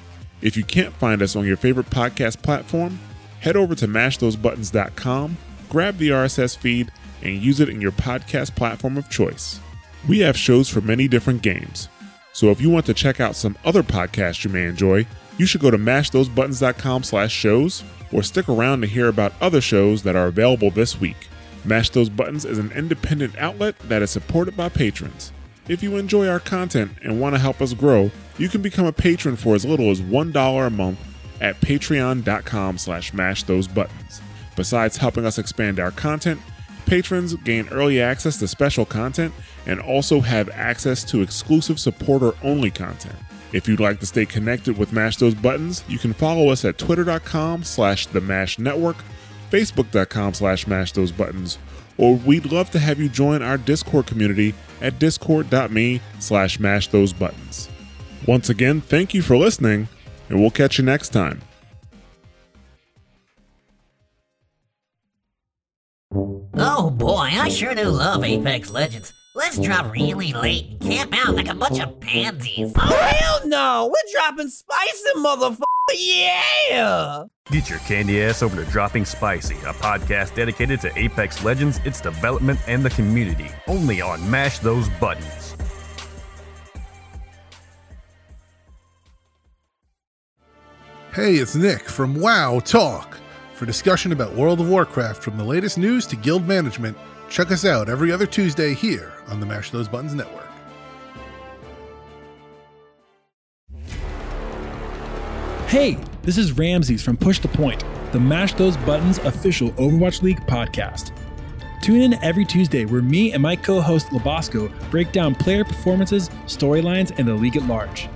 If you can't find us on your favorite podcast platform, head over to mashthosebuttons.com, grab the RSS feed, and use it in your podcast platform of choice. We have shows for many different games. So if you want to check out some other podcasts you may enjoy, you should go to mashthosebuttons.com slash shows or stick around to hear about other shows that are available this week. Mash Those Buttons is an independent outlet that is supported by patrons. If you enjoy our content and want to help us grow, you can become a patron for as little as $1 a month at patreon.com slash mash those buttons. Besides helping us expand our content, patrons gain early access to special content and also have access to exclusive supporter only content. If you'd like to stay connected with Mash Those Buttons, you can follow us at twitter.com slash the Mash Network, facebook.com slash mash those buttons, or we'd love to have you join our Discord community at discord.me slash mash those buttons. Once again, thank you for listening, and we'll catch you next time.
Oh boy, I sure do love Apex Legends. Let's drop really late and camp out like a bunch of pansies.
Oh, hell no! We're dropping spicy, motherfucker! Yeah!
Get your candy ass over to Dropping Spicy, a podcast dedicated to Apex Legends, its development, and the community. Only on Mash Those Buttons.
Hey, it's Nick from WoW Talk. For discussion about World of Warcraft from the latest news to guild management, check us out every other Tuesday here on the Mash Those Buttons Network.
Hey, this is Ramses from Push the Point, the Mash Those Buttons official Overwatch League podcast. Tune in every Tuesday where me and my co host Labasco break down player performances, storylines, and the league at large.